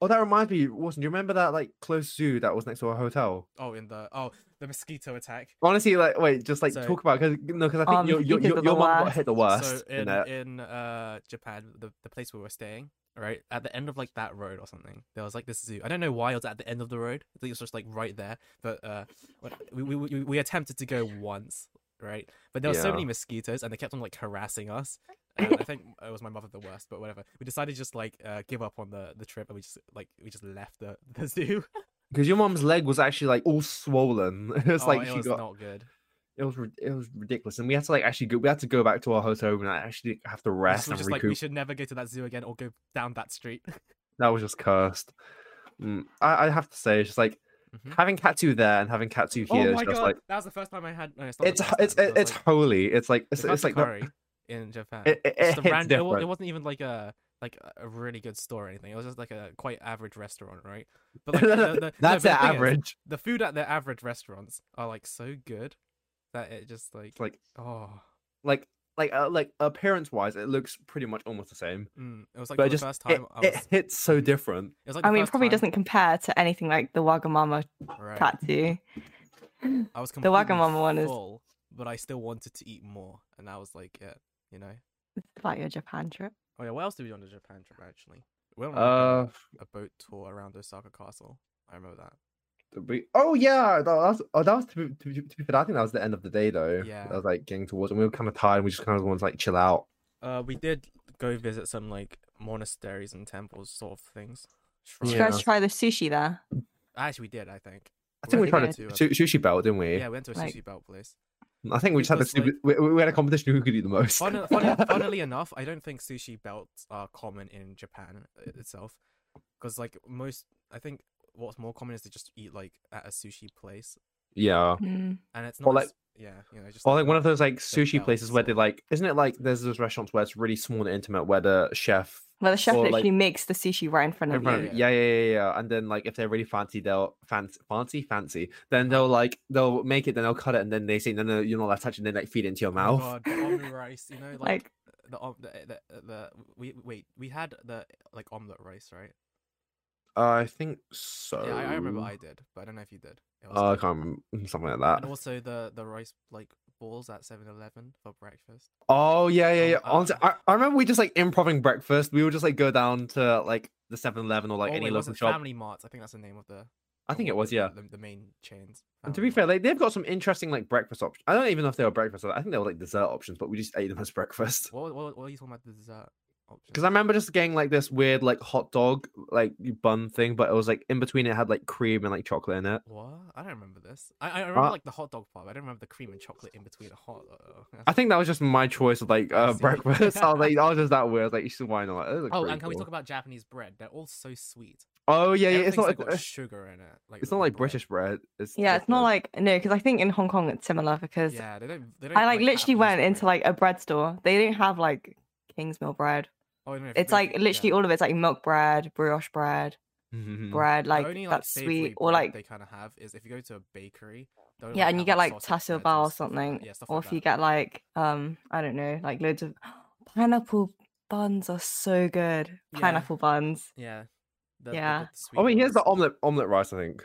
Speaker 3: Oh, that reminds me, Watson. Do you remember that like close zoo that was next to our hotel?
Speaker 2: Oh, in the oh the mosquito attack.
Speaker 3: Honestly, like, wait, just like
Speaker 2: So-
Speaker 3: talk about because no, because I
Speaker 1: Um,
Speaker 3: think your your
Speaker 1: mosquitoes
Speaker 3: your,
Speaker 1: are the
Speaker 3: your mum got
Speaker 1: worst.
Speaker 3: hit the worst.
Speaker 2: So
Speaker 3: in
Speaker 2: in
Speaker 3: that.
Speaker 2: in uh Japan, the the place we were staying, right at the end of like that road or something, there was like this zoo. I don't know why it was at the end of the road. I think it was just like right there. But uh, what- we we we, we attempted to go once, right? But there were so
Speaker 3: Yeah.
Speaker 2: many mosquitoes, and they kept on like harassing us. And I think it was my mother the worst, but whatever. We decided to just like uh, give up on the the trip, and we just like we just left the the zoo.
Speaker 3: Because your mom's leg was actually like all swollen. It was
Speaker 2: oh,
Speaker 3: like
Speaker 2: it
Speaker 3: she
Speaker 2: was
Speaker 3: got
Speaker 2: not good.
Speaker 3: it was rid- it was ridiculous, and we had to like actually go, we had to go back to our hotel room and I actually have to
Speaker 2: We
Speaker 3: rest
Speaker 2: just, we
Speaker 3: and
Speaker 2: just like
Speaker 3: recoup.
Speaker 2: we should never go to that zoo again or go down that street.
Speaker 3: That was just cursed. Mm, I, I have to say, it's just like
Speaker 2: Mhm.
Speaker 3: having Katsu there and having Katsu here
Speaker 2: oh
Speaker 3: is
Speaker 2: my
Speaker 3: just
Speaker 2: god,
Speaker 3: like
Speaker 2: that was the first time I had. No, it's not the
Speaker 3: it's
Speaker 2: first
Speaker 3: it's
Speaker 2: time,
Speaker 3: it's,
Speaker 2: but
Speaker 3: it's holy. It's like it's,
Speaker 2: the
Speaker 3: it's like the-
Speaker 2: Matsukari in Japan.
Speaker 3: it, it, it
Speaker 2: Just a
Speaker 3: hits
Speaker 2: ran- it, wa-
Speaker 3: different.
Speaker 2: it wasn't even like a like a- a really good store or anything. It was just like a quite average restaurant, right? But like, the- the- no, but
Speaker 3: That's
Speaker 2: the
Speaker 3: the
Speaker 2: thing is,
Speaker 3: average.
Speaker 2: the food at the average restaurants are like so good that it just like
Speaker 3: It's like
Speaker 2: oh,
Speaker 3: like like uh, like appearance wise, it looks pretty much almost the same.
Speaker 2: mm, it was like
Speaker 3: but
Speaker 2: for
Speaker 3: it just
Speaker 2: the first
Speaker 3: it,
Speaker 2: time I was.
Speaker 3: it hits so different.
Speaker 2: it was like
Speaker 1: I
Speaker 2: the
Speaker 1: mean, it
Speaker 2: first
Speaker 1: probably
Speaker 2: time-
Speaker 1: doesn't compare to anything like the Wagamama
Speaker 2: Right.
Speaker 1: tattoo.
Speaker 2: I was
Speaker 1: the
Speaker 2: completely
Speaker 1: Wagamama one is-
Speaker 2: full, but I still wanted to eat more, and that was like it, you know.
Speaker 1: About your Japan trip.
Speaker 2: Oh yeah, what else did we do on the Japan trip actually? We went on like, a-
Speaker 3: Uh,
Speaker 2: a boat tour around Osaka Castle. I remember that.
Speaker 3: we- oh yeah, that was oh, that was to be, to, be, to be fair. I think that was the end of the day though.
Speaker 2: Yeah.
Speaker 3: I was like getting towards, and we were kind of tired. And we just kind of wanted to like chill out.
Speaker 2: Uh, we did go visit some like monasteries and temples, sort of things.
Speaker 1: Did you
Speaker 2: Shrines.
Speaker 1: guys try the sushi there?
Speaker 2: Actually, we did. I think.
Speaker 3: I think
Speaker 1: Really
Speaker 3: we tried a
Speaker 2: to. uh,
Speaker 3: su- sushi belt, didn't we?
Speaker 2: yeah, we went to a
Speaker 1: Like-
Speaker 2: sushi belt place.
Speaker 3: I think we just had a
Speaker 2: Because, like-
Speaker 3: stupid. We, we had a competition who could eat the most.
Speaker 2: Funn- funn- funnily enough, I don't think sushi belts are common in Japan i- itself, because like most, I think what's more common is to just eat like at a sushi place,
Speaker 3: yeah.
Speaker 1: Mm.
Speaker 2: and it's not.
Speaker 3: Or,
Speaker 2: as- yeah, you know, just
Speaker 3: Or like one of those like sushi
Speaker 2: belt
Speaker 3: places where they
Speaker 2: sort.
Speaker 3: like, isn't it like there's those restaurants where it's really small and intimate where the chef
Speaker 1: Well, the chef
Speaker 3: Or, like-
Speaker 1: literally makes the sushi right in
Speaker 2: Oh,
Speaker 1: front of
Speaker 3: in
Speaker 1: you.
Speaker 3: front of you- yeah, yeah, yeah, yeah. And then like if they're really fancy, they'll fancy, fancy, fancy. Then they'll like they'll make it, then they'll cut it, and then they say no, no, you're not allowed to touch, it, and then like feed it into your
Speaker 2: Oh
Speaker 3: mouth.
Speaker 2: my God, the omu rice, you know, like,
Speaker 1: Like,
Speaker 2: the, om- the the the we wait we had the like omelet rice, right?
Speaker 3: Uh, I think so.
Speaker 2: Yeah, I, I remember I did, but I don't know if you did. It was
Speaker 3: Oh, I
Speaker 2: good.
Speaker 3: can't remember, something like
Speaker 2: And
Speaker 3: that.
Speaker 2: also the the rice like balls at 7-Eleven for breakfast.
Speaker 3: Oh yeah, yeah,
Speaker 2: Um,
Speaker 3: yeah.
Speaker 2: uh,
Speaker 3: Honestly, I, I remember we just like improving breakfast. We would just like go down to like the 7-Eleven or like
Speaker 2: oh,
Speaker 3: any
Speaker 2: wait, was
Speaker 3: local
Speaker 2: it
Speaker 3: shop.
Speaker 2: Family Mart. I think that's the name of the.
Speaker 3: I
Speaker 2: of
Speaker 3: think
Speaker 2: what
Speaker 3: it was
Speaker 2: the,
Speaker 3: yeah.
Speaker 2: The, the main chains.
Speaker 3: And to
Speaker 2: Family
Speaker 3: be fair,
Speaker 2: Mart.
Speaker 3: like they've got some interesting like breakfast options. I don't even know if they were breakfast. I think they were like dessert options, but we just ate them as breakfast.
Speaker 2: what, what what are you talking about the dessert option?
Speaker 3: Because I remember just getting like this weird like hot dog like bun thing, but it was like in between it had like cream and like chocolate in it.
Speaker 2: what I don't remember this. I, I remember
Speaker 3: Uh,
Speaker 2: like the hot dog part. But I don't remember the cream and chocolate in between the hot. Uh,
Speaker 3: I think that was just my choice of like
Speaker 2: I
Speaker 3: uh,
Speaker 2: see.
Speaker 3: breakfast. I was like, I was just that weird. I was like, you should- why not? It looks
Speaker 2: Oh,
Speaker 3: pretty
Speaker 2: and can we
Speaker 3: cool.
Speaker 2: talk about Japanese bread? They're all so sweet.
Speaker 3: Oh yeah, yeah.
Speaker 2: Everything's,
Speaker 3: It's not.
Speaker 2: like,
Speaker 3: Like,
Speaker 2: got sugar in it. Like
Speaker 3: it's
Speaker 2: the
Speaker 3: not like
Speaker 2: bread.
Speaker 3: British bread. It's
Speaker 1: yeah, it's not
Speaker 3: different.
Speaker 1: like no, because I think in Hong Kong it's similar because
Speaker 2: Yeah, they don't. They don't
Speaker 1: I like literally
Speaker 2: Japanese
Speaker 1: went
Speaker 2: bread.
Speaker 1: into like a bread store. They didn't have like Kingsmill bread.
Speaker 2: Oh, no, if you
Speaker 1: It's
Speaker 2: go
Speaker 1: like
Speaker 2: to-
Speaker 1: literally
Speaker 2: yeah.
Speaker 1: all of it's like milk bread, brioche bread,
Speaker 2: Mm-hmm.
Speaker 1: bread, like
Speaker 2: Mm. only,
Speaker 1: that's
Speaker 2: savory
Speaker 1: sweet, or
Speaker 2: bread
Speaker 1: like
Speaker 2: they kind of have is if you go to a bakery. they'll,
Speaker 1: yeah, and you
Speaker 2: have,
Speaker 1: get like
Speaker 2: sausage
Speaker 1: tassel
Speaker 2: breads and
Speaker 1: bar or
Speaker 2: stuff like
Speaker 1: something,
Speaker 2: that. Yeah, stuff
Speaker 1: or
Speaker 2: like
Speaker 1: if you
Speaker 2: that.
Speaker 1: get like um I don't know, like loads of pineapple buns are so good.
Speaker 2: Yeah.
Speaker 1: Pineapple buns.
Speaker 2: yeah, the- the
Speaker 1: Yeah.
Speaker 2: good sweet
Speaker 3: Oh wait,
Speaker 2: ones.
Speaker 3: here's the omelet omelet rice. I think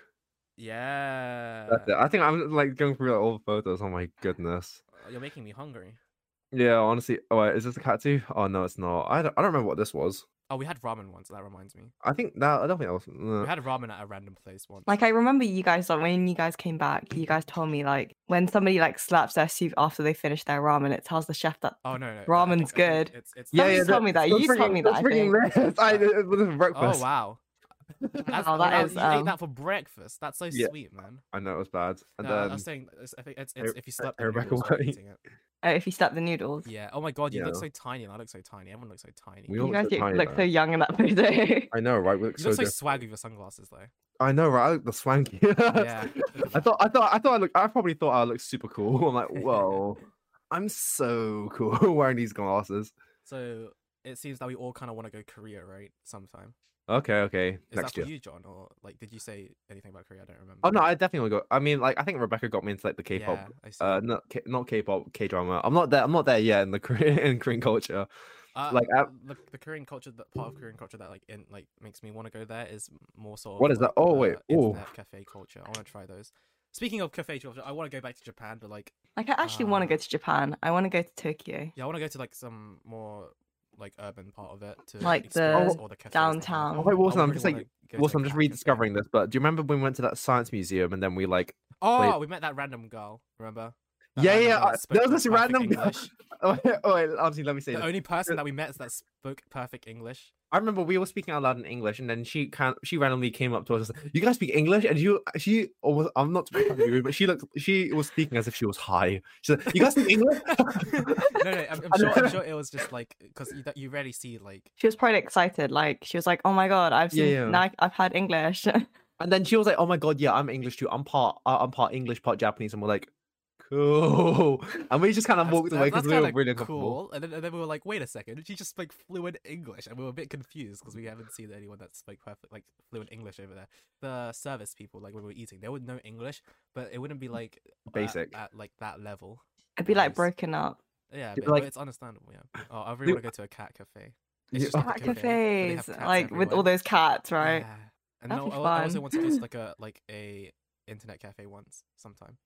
Speaker 2: Yeah,
Speaker 3: that's it. I think I'm like going through like, all the photos. Oh my goodness.
Speaker 2: Uh, you're making me hungry.
Speaker 3: Yeah, honestly. Oh wait, is this the katsu? Oh no, it's not. I don't, I don't remember what this was.
Speaker 2: Oh, we had ramen once. That reminds me.
Speaker 3: I think that I don't think that was.
Speaker 2: We
Speaker 3: no.
Speaker 2: had ramen at a random place once.
Speaker 1: Like I remember you guys like when you guys came back, you guys told me like when somebody like slaps their soup after they finish their ramen, it tells the chef that
Speaker 2: oh no, no, no, I
Speaker 1: ramen's
Speaker 2: think- I
Speaker 1: good.
Speaker 2: think It's it's
Speaker 1: Yeah, Somebody yeah, told me that.
Speaker 3: that's
Speaker 1: You told
Speaker 3: freaking-
Speaker 1: me that, I
Speaker 3: that's freaking This. I,
Speaker 2: Yeah.
Speaker 3: it was for breakfast.
Speaker 2: Oh wow. That's,
Speaker 1: Wow,
Speaker 2: oh,
Speaker 1: that
Speaker 2: that
Speaker 1: is,
Speaker 2: you
Speaker 1: um,
Speaker 2: ate that for breakfast. That's so
Speaker 3: Yeah.
Speaker 2: sweet, man.
Speaker 3: I know it was bad. And
Speaker 2: No, I
Speaker 3: then
Speaker 2: was saying, it's- I think it's,
Speaker 3: I-
Speaker 2: it's if you slept.
Speaker 3: I
Speaker 2: in
Speaker 3: remember
Speaker 2: noodles while
Speaker 3: what-
Speaker 2: eating it.
Speaker 1: uh, if you slap the noodles.
Speaker 2: Yeah. Oh my god, you look
Speaker 3: Yeah.
Speaker 2: so tiny, and I look so tiny. Everyone looks so tiny.
Speaker 3: We
Speaker 2: you
Speaker 3: all
Speaker 1: You guys
Speaker 3: look so
Speaker 1: get-
Speaker 3: tiny,
Speaker 1: look
Speaker 3: though.
Speaker 1: so young in that photo.
Speaker 3: I know, right? We look so.
Speaker 2: look so
Speaker 3: different.
Speaker 2: swaggy with your sunglasses though.
Speaker 3: I know, right? I look the swanky.
Speaker 2: Yeah.
Speaker 3: I thought, I thought, I thought I looked. I probably thought I looked super cool. I'm like, whoa, I'm so cool wearing these glasses.
Speaker 2: So it seems that we all kind of want to go Korea, right? Sometime.
Speaker 3: Okay, okay,
Speaker 2: Is
Speaker 3: next
Speaker 2: that
Speaker 3: year.
Speaker 2: for you, John, or like did you say anything about Korea? I don't remember.
Speaker 3: Oh no, I definitely want to go. I mean, like, I think Rebecca got me into like the K-pop.
Speaker 2: Yeah, I see.
Speaker 3: Uh, not K- not K-pop, K-drama. I'm not there. I'm not there yet in the Korean in Korean culture.
Speaker 2: Uh,
Speaker 3: like, I-
Speaker 2: the, the Korean culture, that part of Korean culture that like in like makes me want to go there is m- more sort of
Speaker 3: What is that?
Speaker 2: like,
Speaker 3: Oh, wait.
Speaker 2: uh,
Speaker 3: Ooh.
Speaker 2: internet cafe culture. I want to try those. Speaking of cafe culture, I want to go back to Japan, but like
Speaker 1: Like I actually want to
Speaker 2: Ah.
Speaker 1: go to Japan. I want to go to Tokyo.
Speaker 2: yeah, I want to go to like some more like urban part of it to
Speaker 1: Like
Speaker 2: experience
Speaker 1: the
Speaker 2: all the cafes
Speaker 1: downtown.
Speaker 3: Oh, wait, Wilson, I'm just, like-
Speaker 2: Wilson,
Speaker 3: Also, I'm just rediscovering this. But do you remember when we went to that science museum and then we like?
Speaker 2: Oh, we met that random girl. Remember? That
Speaker 3: yeah,
Speaker 2: random
Speaker 3: yeah.
Speaker 2: girl
Speaker 3: I,
Speaker 2: spoke
Speaker 3: there was this
Speaker 2: perfect
Speaker 3: random.
Speaker 2: English.
Speaker 3: oh, wait, oh, wait, obviously, let me say.
Speaker 2: the
Speaker 3: this.
Speaker 2: only person
Speaker 3: Yeah.
Speaker 2: that we met that spoke perfect English.
Speaker 3: I remember we were speaking out loud in English, and then she can she randomly came up to us. And said, you guys speak English, and you she or was, I'm not trying to be rude, but she looked she was speaking as if she was high. She said, "You guys speak English."
Speaker 2: No, no, I'm, I'm, sure, I'm sure it was just like because you, don't- you rarely see like
Speaker 1: She was probably excited. Like she was like, "Oh my god, I've
Speaker 3: Yeah,
Speaker 1: seen
Speaker 3: yeah.
Speaker 1: now I- I've had English."
Speaker 3: and then she was like, "Oh my god, yeah, I'm English too. I'm part uh, I'm part English, part Japanese." And we're like, "Cool," and we just kind of
Speaker 2: That's-
Speaker 3: walked
Speaker 2: that-
Speaker 3: away because
Speaker 2: that's
Speaker 3: we were
Speaker 2: kinda
Speaker 3: really uncomfortable.
Speaker 2: cool. And then, and then we were like, wait a second, she just spoke fluent English, and we were a bit confused because we haven't seen anyone that spoke perfect like fluent English over there. The service people, like when we were eating, they would know English, but it wouldn't be like at-
Speaker 3: Basic.
Speaker 2: at, like that level.
Speaker 1: I'd be like
Speaker 2: Nice.
Speaker 1: broken up.
Speaker 2: Yeah,
Speaker 3: Yeah,
Speaker 2: but,
Speaker 3: but, like-
Speaker 2: but it's understandable. Yeah. Oh, I
Speaker 3: Dude,
Speaker 2: really want to go to a cat cafe. It's
Speaker 3: Yeah.
Speaker 2: just like a
Speaker 1: Cat
Speaker 2: cafe, but they have
Speaker 1: cafes,
Speaker 2: cats
Speaker 1: like with all
Speaker 2: everywhere.
Speaker 1: those cats, right?
Speaker 2: Yeah. And
Speaker 1: That'd
Speaker 2: no,
Speaker 1: be
Speaker 2: I, I also
Speaker 1: fun.
Speaker 2: want to go to like a like a internet cafe once sometime,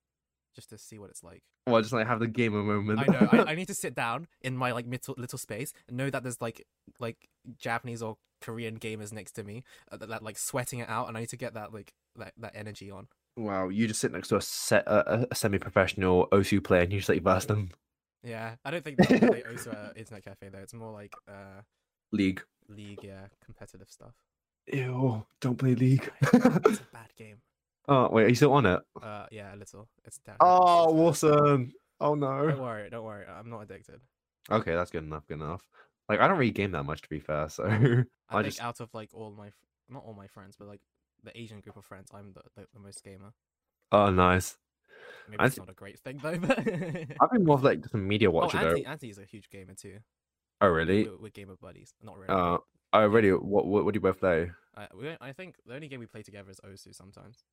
Speaker 2: just to see what it's like.
Speaker 3: Well, just like have the gamer moment.
Speaker 2: I know. I, I need to sit down in my like little, little space and know that there's like like Japanese or Korean gamers next to me uh, that, that like sweating it out, and I need to get that like that, that energy on.
Speaker 3: wow, you just sit next to a set a, a semi-professional osu player, and you just like verse them
Speaker 2: Yeah, I don't think that they also uh, internet cafe though. It's more like uh
Speaker 3: league.
Speaker 2: league, yeah, competitive stuff.
Speaker 3: Ew, don't play league.
Speaker 2: it's a bad game.
Speaker 3: oh wait, are you still on it?
Speaker 2: Uh, yeah, a little. It's down.
Speaker 3: Oh, awesome. Oh
Speaker 2: Don't
Speaker 3: no.
Speaker 2: worry, don't worry. I'm not addicted.
Speaker 3: Okay, that's good enough. Good enough. Like I don't really game that much to be fair, so I,
Speaker 2: I, think
Speaker 3: just
Speaker 2: out of like all my, f- not all my friends, but like the Asian group of friends, I'm the, the, the most gamer.
Speaker 3: oh nice.
Speaker 2: Maybe it's
Speaker 3: Anti-
Speaker 2: not a great thing though. But
Speaker 3: I've been more of like just a media
Speaker 2: oh,
Speaker 3: watcher
Speaker 2: Anthony,
Speaker 3: though.
Speaker 2: Anthony's a huge gamer too.
Speaker 3: Oh
Speaker 2: We-
Speaker 3: really?
Speaker 2: We're, we're gamer buddies. Not really.
Speaker 3: Uh, oh really? What what, what do you both play?
Speaker 2: Uh, we don't, I think the only game we play together is Osu sometimes.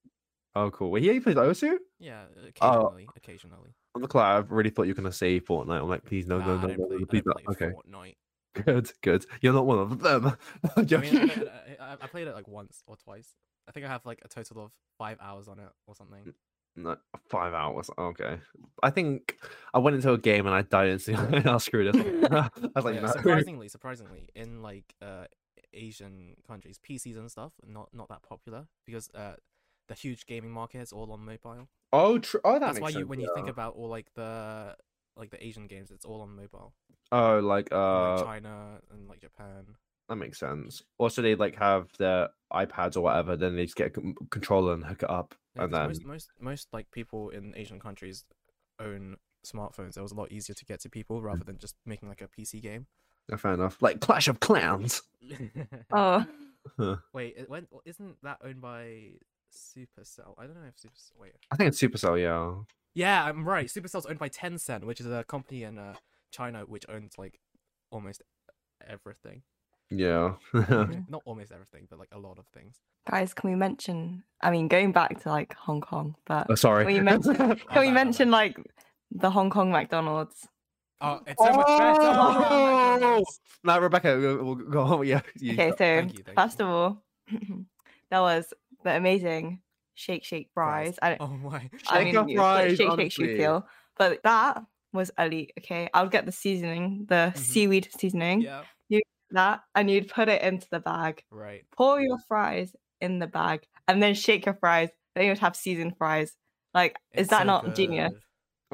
Speaker 3: Oh cool. Wait, yeah, you played Osu?
Speaker 2: Yeah,
Speaker 3: Oh.
Speaker 2: occasionally. occasionally.
Speaker 3: On the clock, I really thought you were gonna say Fortnite. I'm like, please no, no,
Speaker 2: Nah,
Speaker 3: no,
Speaker 2: I
Speaker 3: no,
Speaker 2: don't play,
Speaker 3: no,
Speaker 2: I
Speaker 3: please
Speaker 2: don't
Speaker 3: not.
Speaker 2: play
Speaker 3: Okay,
Speaker 2: Fortnite.
Speaker 3: good, good. You're not one of them. I'm
Speaker 2: I mean, I,
Speaker 3: joking.
Speaker 2: don't- I, I, I played it like once or twice. I think I have like a total of five hours on it or something.
Speaker 3: No, five hours. Okay. I think I went into a game and I died instantly. I screwed it. I was like,
Speaker 2: Yeah,
Speaker 3: no.
Speaker 2: surprisingly, surprisingly, in like uh, Asian countries, PCs and stuff not not that popular because uh, the huge gaming market is all on mobile.
Speaker 3: Oh, tr- oh, that
Speaker 2: That's
Speaker 3: makes
Speaker 2: why
Speaker 3: sense,
Speaker 2: you when you think
Speaker 3: yeah.
Speaker 2: about all like the like the Asian games, it's all on mobile.
Speaker 3: Oh, like
Speaker 2: From,
Speaker 3: uh,
Speaker 2: like China and like Japan.
Speaker 3: that makes sense. Also, they like have their iPads or whatever, then they just get a com- controller and hook it up,
Speaker 2: Yeah,
Speaker 3: and
Speaker 2: 'cause
Speaker 3: then
Speaker 2: most, most most like people in Asian countries own smartphones. It was a lot easier to get to people
Speaker 3: Mm.
Speaker 2: rather than just making like a PC game.
Speaker 3: Yeah, fair enough. Like Clash of Clans.
Speaker 1: Oh,
Speaker 2: Wait, it went, isn't that owned by Supercell? I don't know if Supercell. Wait.
Speaker 3: I think it's Supercell. Yeah.
Speaker 2: Yeah, I'm right. Supercell's owned by Tencent, which is a company in uh, China which owns like almost everything.
Speaker 3: Yeah.
Speaker 2: Almost- Not almost everything, but like a lot of things.
Speaker 1: Guys, can we mention? I mean, going back to like Hong Kong, but
Speaker 3: Oh, sorry.
Speaker 1: Well, you mentioned-
Speaker 2: My
Speaker 1: can we
Speaker 2: bad, my bad.
Speaker 1: mention like the Hong Kong McDonald's?
Speaker 2: Oh, it's so much better.
Speaker 1: Oh!
Speaker 2: McDonald's.
Speaker 3: now, Rebecca, we'll, we'll go on. Yeah. you-
Speaker 1: Okay, so
Speaker 2: Thank you, thank
Speaker 1: first
Speaker 2: you.
Speaker 1: of all, that was the amazing Shake Shake Fries. I,
Speaker 2: Oh my.
Speaker 1: I
Speaker 3: Shake
Speaker 1: mean,
Speaker 3: your
Speaker 1: you- like,
Speaker 3: fries,
Speaker 1: Shake Shake Shoe
Speaker 3: honestly.
Speaker 1: Feel, but that was elite. Okay, I'll get the seasoning, the
Speaker 2: Mhm.
Speaker 1: seaweed seasoning,
Speaker 2: Yeah.
Speaker 1: that, and you'd put it into the bag.
Speaker 2: Right.
Speaker 1: Pour your fries in the bag, and then shake your fries. Then you'd have seasoned fries. Like, is
Speaker 2: It's
Speaker 1: that
Speaker 2: so
Speaker 1: not genius?
Speaker 2: good.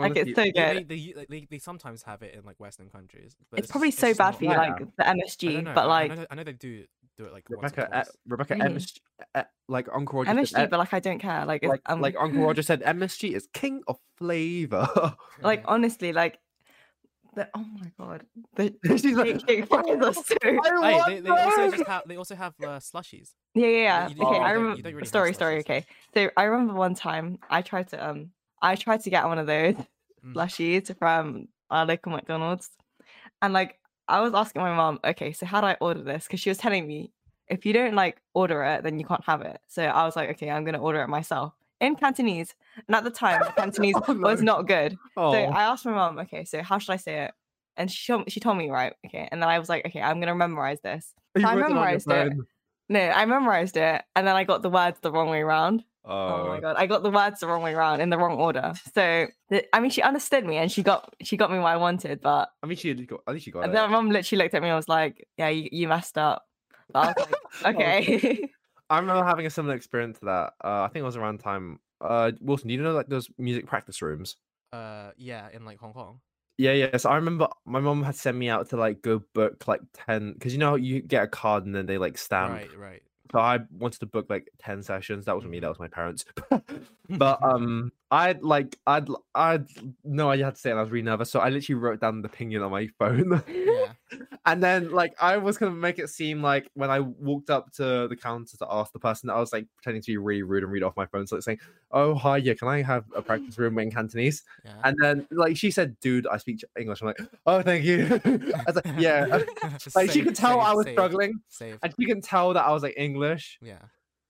Speaker 1: Like, it's so
Speaker 3: Honestly,
Speaker 1: good.
Speaker 2: Yeah, They, they, like, they, they sometimes have it in like Western countries. But
Speaker 1: it's, probably
Speaker 2: just-
Speaker 1: so
Speaker 2: just
Speaker 1: bad
Speaker 2: not-
Speaker 1: for you,
Speaker 3: Yeah.
Speaker 1: like the
Speaker 2: I don't
Speaker 1: MSG,
Speaker 2: know,
Speaker 1: but
Speaker 2: I- I
Speaker 1: like
Speaker 2: know, I know they do do it like once or
Speaker 3: Rebecca,
Speaker 2: twice.
Speaker 3: uh, Rebecca,
Speaker 1: Really?
Speaker 3: MSG, uh, like Uncle Roger
Speaker 1: MSG,
Speaker 3: said, uh,
Speaker 1: but like I don't care. Like, it's,
Speaker 3: like,
Speaker 1: um,
Speaker 3: like Uncle Roger said, MSG is king of flavor.
Speaker 1: like oh honestly, like the oh my god, the
Speaker 3: She's like,
Speaker 1: shake, shake fries are so
Speaker 3: I
Speaker 2: Hey,
Speaker 3: want
Speaker 2: they, they also
Speaker 3: those!
Speaker 2: just have they also have uh, slushies.
Speaker 1: yeah, yeah, yeah.
Speaker 2: You- you
Speaker 1: okay,
Speaker 3: really
Speaker 1: I
Speaker 2: don't- you
Speaker 1: remember
Speaker 2: don't really have
Speaker 1: story, story.
Speaker 2: slushies.
Speaker 1: Okay, so I remember one time I tried to um I tried to get one of those
Speaker 2: Mm.
Speaker 1: slushies from our local McDonald's, and like I was asking my mom, okay, so how do I order this? Because she was telling me if you don't like order it, then you can't have it. So I was like, okay, I'm gonna order it myself in Cantonese. And at the time, Cantonese
Speaker 3: Oh, no.
Speaker 1: was not good.
Speaker 3: Oh,
Speaker 1: So I asked my mom, okay, so how should I say it? And she told, she told me, right, okay. And then I was like, okay, I'm gonna memorize this.
Speaker 3: you
Speaker 1: I
Speaker 3: wrote that on your
Speaker 1: memorized it.
Speaker 3: phone.
Speaker 1: No, I memorized it, and then I got the words the wrong way around. Oh,
Speaker 3: Oh,
Speaker 1: my god, I got the words the wrong way around in the wrong order. So th- I mean, she understood me and she got she got me what I wanted, but
Speaker 3: I mean, she did got, I think she got
Speaker 1: and
Speaker 3: it.
Speaker 1: then my mom literally looked at me and was like, "Yeah, you, you messed up." But I was like, "Okay."
Speaker 3: I remember having a similar experience to that. Uh, I think it was around time. Uh, Wilson, do you know like those music practice rooms?
Speaker 2: Uh, yeah, in like Hong Kong.
Speaker 3: Yeah, yeah. So I remember my mom had sent me out to like go book like ten because you know how you get a card and then they like stamp.
Speaker 2: Right, right.
Speaker 3: So I wanted to book like ten sessions. That wasn't me.
Speaker 2: Mm.
Speaker 3: That was my parents. but um, I'd like I'd l- I'd no idea how to say it. And I was really nervous, so I literally wrote down the opinion on my phone.
Speaker 2: Yeah.
Speaker 3: And then, like, I was gonna make it seem like when I walked up to the counter to ask the person, I was like pretending to be really rude and read off my phone, so like saying, "Oh, hi, yeah, can I have a practice room in Cantonese?"
Speaker 2: Yeah.
Speaker 3: And then, like, she said, "Dude, I speak English." I'm like, "Oh, thank you." I was like, "Yeah." uh,
Speaker 2: Just
Speaker 3: Like, she
Speaker 2: save-
Speaker 3: could tell
Speaker 2: save-
Speaker 3: I was
Speaker 2: save-
Speaker 3: struggling,
Speaker 2: Save.
Speaker 3: and she can tell that I was like English
Speaker 2: Yeah.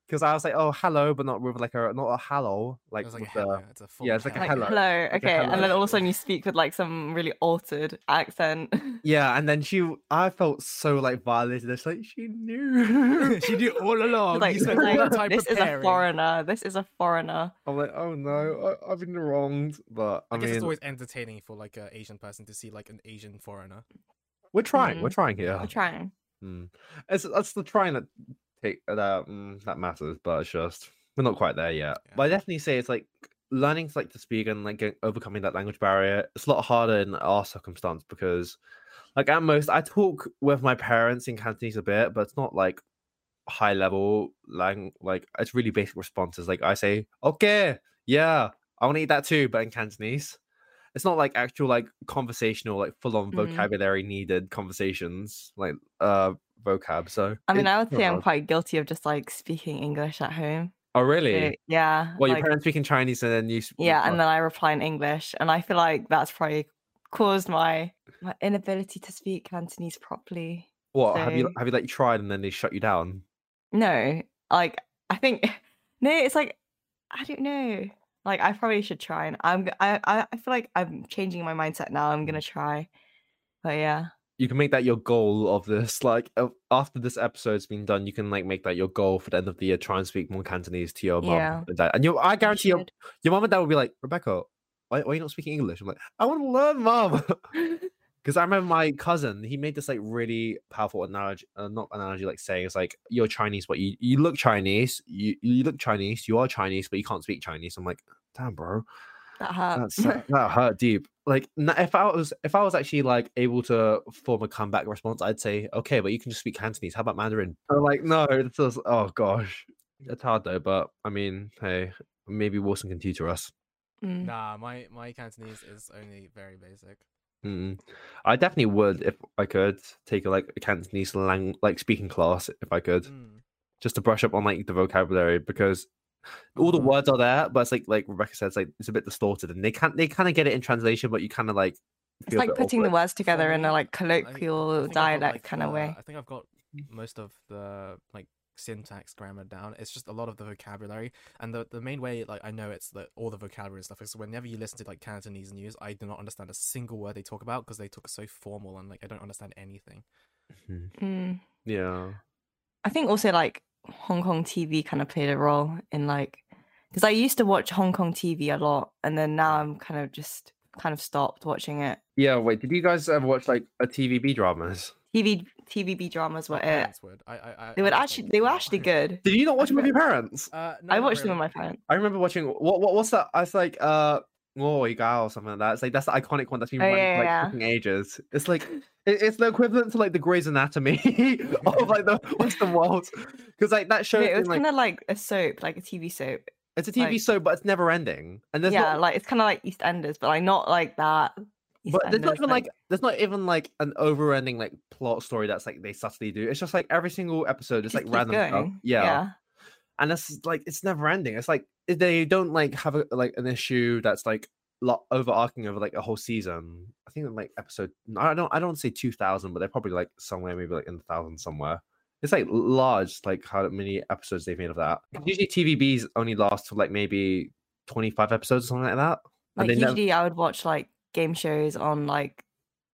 Speaker 3: because I was like, "Oh, hello," but not with like a not a hello, like,
Speaker 2: It was like a
Speaker 3: with the-
Speaker 2: hello. It's a full
Speaker 3: yeah, it's like a
Speaker 1: like
Speaker 3: hello.
Speaker 1: hello, okay, and then all of a sudden you speak with like some really altered accent.
Speaker 3: yeah. And then she, I felt so like violated. It's like she knew.
Speaker 2: she did all along.
Speaker 1: like,
Speaker 2: Oh, you spent
Speaker 1: like,
Speaker 2: all that time
Speaker 1: this is a
Speaker 2: preparing.
Speaker 1: foreigner. This is a foreigner.
Speaker 3: I'm like, oh no, I, I've been wronged. But I,
Speaker 2: I, guess
Speaker 3: mean,
Speaker 2: it's always entertaining for like an Asian person to see like an Asian foreigner.
Speaker 3: we're trying,
Speaker 2: Mm-hmm.
Speaker 3: we're trying
Speaker 1: We're
Speaker 3: here.
Speaker 1: trying.
Speaker 3: Mm. It's that's the trying that take that mm, that matters, but it's just we're not quite there yet. But I
Speaker 2: Yeah.
Speaker 3: definitely say it's like learning to like to speak and like get, overcoming that language barrier. It's a lot harder in our circumstance because, like at most, I talk with my parents in Cantonese a bit, but it's not like high level lang like it's really basic responses. Like I say, okay, yeah, I want to eat that too, but in Cantonese. It's not like actual like conversational like full on
Speaker 1: Mhm.
Speaker 3: vocabulary needed conversations like uh vocab. So
Speaker 1: I mean,
Speaker 3: it-
Speaker 1: I would say I'm
Speaker 3: hard.
Speaker 1: quite guilty of just like speaking English at home.
Speaker 3: Oh
Speaker 1: So,
Speaker 3: really?
Speaker 1: yeah.
Speaker 3: Well, your
Speaker 1: like-
Speaker 3: parents speaking Chinese and then you. s- you
Speaker 1: yeah,
Speaker 3: are-
Speaker 1: and then I reply in English, and I feel like that's probably caused my my inability to speak Cantonese properly.
Speaker 3: what have you
Speaker 1: so-
Speaker 3: have you like tried and then they shut you down?
Speaker 1: No, like I think no, it's like I don't know. Like I probably should try, and I'm g- I I I feel like I'm changing my mindset now. I'm gonna try, but yeah,
Speaker 3: You can make that your goal of this. Like of- after this episode's been done, you can like make that your goal for the end of the year. Try and speak more Cantonese to your mum
Speaker 1: Yeah.
Speaker 3: and dad. And you, I
Speaker 1: I
Speaker 3: guarantee your
Speaker 1: should.
Speaker 3: your mum and dad will be like, Rebecca, why, why are you not speaking English? I'm like, I want to learn, mum. Because I remember my cousin, he made this like really powerful analogy, uh, not analogy, like saying it's like you're Chinese, but you, you look Chinese, you, you look Chinese, you are Chinese, but you can't speak Chinese. I'm like, damn, bro,
Speaker 1: that hurt.
Speaker 3: that's, uh, that hurt deep. Like n- if I was if I was actually like able to form a comeback response, I'd say okay, but you can just speak Cantonese. How about Mandarin? I'm like, no, this is oh gosh, it's hard though. But I mean, hey, maybe Wilson can tutor us.
Speaker 1: Mm.
Speaker 2: Nah, my my Cantonese is only very basic.
Speaker 3: Mm. I definitely would if I could take a, like a Cantonese lang like speaking class if I could,
Speaker 2: Mm.
Speaker 3: just to brush up on like the vocabulary because all the
Speaker 2: Uh-huh.
Speaker 3: words are there, but it's like like Rebecca said, it's like it's a bit distorted, and they can't they kind of get it in translation, but you kind of like
Speaker 1: It's like putting the words together in
Speaker 2: me,
Speaker 1: a like
Speaker 2: I- I think I've
Speaker 1: colloquial
Speaker 2: got,
Speaker 1: dialect
Speaker 2: like,
Speaker 1: kind of
Speaker 2: uh,
Speaker 1: way.
Speaker 2: I think I've got most of the like syntax grammar down it's just a lot of the vocabulary and the, the main way like i know it's that all the vocabulary and stuff is whenever you listen to like cantonese news i do not understand a single word they talk about because they talk so formal and like i don't understand anything
Speaker 1: Mm.
Speaker 3: Hmm. Yeah.
Speaker 1: I think also like Hong Kong TV kind of played a role in like because I used to watch Hong Kong TV a lot, and then now I'm kind of just kind of stopped watching it.
Speaker 3: Yeah. Wait, did you guys ever watch like a TVB dramas?
Speaker 1: TV TVB dramas were
Speaker 2: My
Speaker 1: it.
Speaker 2: parents would. I, I, I,
Speaker 1: They were
Speaker 2: I was, like,
Speaker 1: actually they were
Speaker 2: no.
Speaker 1: actually good.
Speaker 3: Did you not watch them with your parents?
Speaker 2: uh, no,
Speaker 1: I
Speaker 2: not
Speaker 1: watched them with
Speaker 2: really.
Speaker 1: my parents.
Speaker 3: I remember watching what what what's that? I was like uh Whoa, Gal or something like that. It's like that's the iconic one that's been
Speaker 1: Oh,
Speaker 3: running
Speaker 1: yeah,
Speaker 3: for like
Speaker 1: yeah.
Speaker 3: fucking ages. It's like it, it's the equivalent to like the Grey's Anatomy of like the Western world because like that show
Speaker 1: Yeah, it was
Speaker 3: like,
Speaker 1: kind of like a soap, like a TV soap.
Speaker 3: it's a TV
Speaker 1: like-
Speaker 3: show but it's never ending and there's
Speaker 1: yeah,
Speaker 3: not
Speaker 1: like it's kind of like EastEnders, but like not like that.
Speaker 3: But there's
Speaker 1: EastEnders,
Speaker 3: not even like there's not even like an overending like plot story that's like they subtly do. It's just like every single episode is
Speaker 1: just
Speaker 3: like
Speaker 1: keep
Speaker 3: random stuff.
Speaker 1: going.
Speaker 3: Yeah.
Speaker 1: yeah,
Speaker 3: And that's like it's never ending. It's like it- they don't like have a, like an issue that's like lot overarching over like a whole season. I think like episode I don't I don't say two thousand, but they're probably like somewhere maybe like in the thousand somewhere. It's like large, like how many episodes they've made of that. Usually TVBs only last for like maybe twenty five episodes or something like that.
Speaker 1: Like
Speaker 3: they never-
Speaker 1: usually, I would watch like game shows on like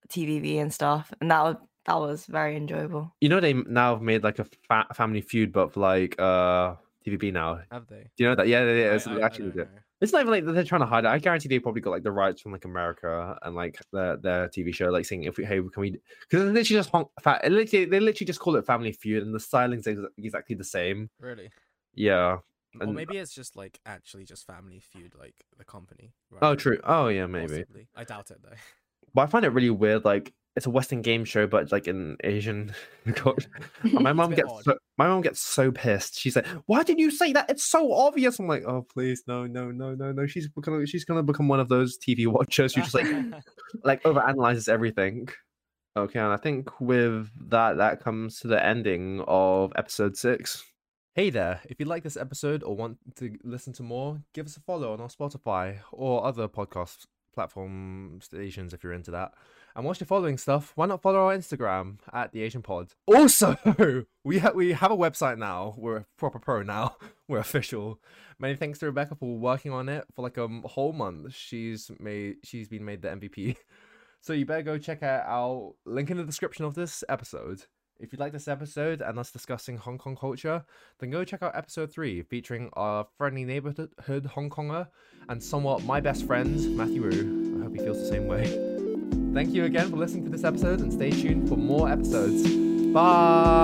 Speaker 1: TVB and stuff, and that would that was very enjoyable.
Speaker 3: You know they m- now have made like a fa- Family Feud, but for like uh TVB now.
Speaker 2: have they
Speaker 3: Do you know that? Yeah, yeah, yeah.
Speaker 2: I-
Speaker 3: It's
Speaker 2: I- I
Speaker 3: actually
Speaker 2: don't
Speaker 3: legit.
Speaker 2: know.
Speaker 3: It's not even like that they're trying to hide it. I guarantee they probably got like the rights from like America and like their their TV show, like saying if we hey can we because it's literally just honk, fa- it literally they literally just call it Family Feud and the styling's ex- exactly the same.
Speaker 2: really
Speaker 3: Yeah.
Speaker 2: or
Speaker 3: And-
Speaker 2: maybe it's just like actually just family feud like the company
Speaker 3: Oh,
Speaker 2: rather
Speaker 3: true.
Speaker 2: than-
Speaker 3: Oh, yeah, maybe.
Speaker 2: possibly. i doubt it though
Speaker 3: But I find it really weird. Like it's a Western game show, but like in Asian culture. And my
Speaker 2: It's a
Speaker 3: mom
Speaker 2: bit
Speaker 3: gets
Speaker 2: odd.
Speaker 3: so, my mom gets so pissed. She's like, "Why did you say that? It's so obvious." I'm like, "Oh, please, no, no, no, no, no." She's gonna she's gonna become one of those TV watchers who just like like overanalyzes everything. Okay, and I think with that, that comes to the ending of episode six. Hey there! If you like this episode or want to listen to more, give us a follow on our Spotify or other podcast platform stations if you're into that. And whilst you're following stuff, why not follow our Instagram at the Asian Pod? Also, we ha- we have a website now. We're a proper pro now. We're official. Many thanks to Rebecca for working on it for like a m- whole month. She's made she's been made the MVP. So you better go check out our link in the description of this episode. If you like this episode and us discussing Hong Kong culture, then go check out episode three featuring our friendly neighborhood Hong Konger and somewhat my best friend Matthew Wu. I hope he feels the same way. Thank you again for listening to this episode and stay tuned for more episodes. Bye!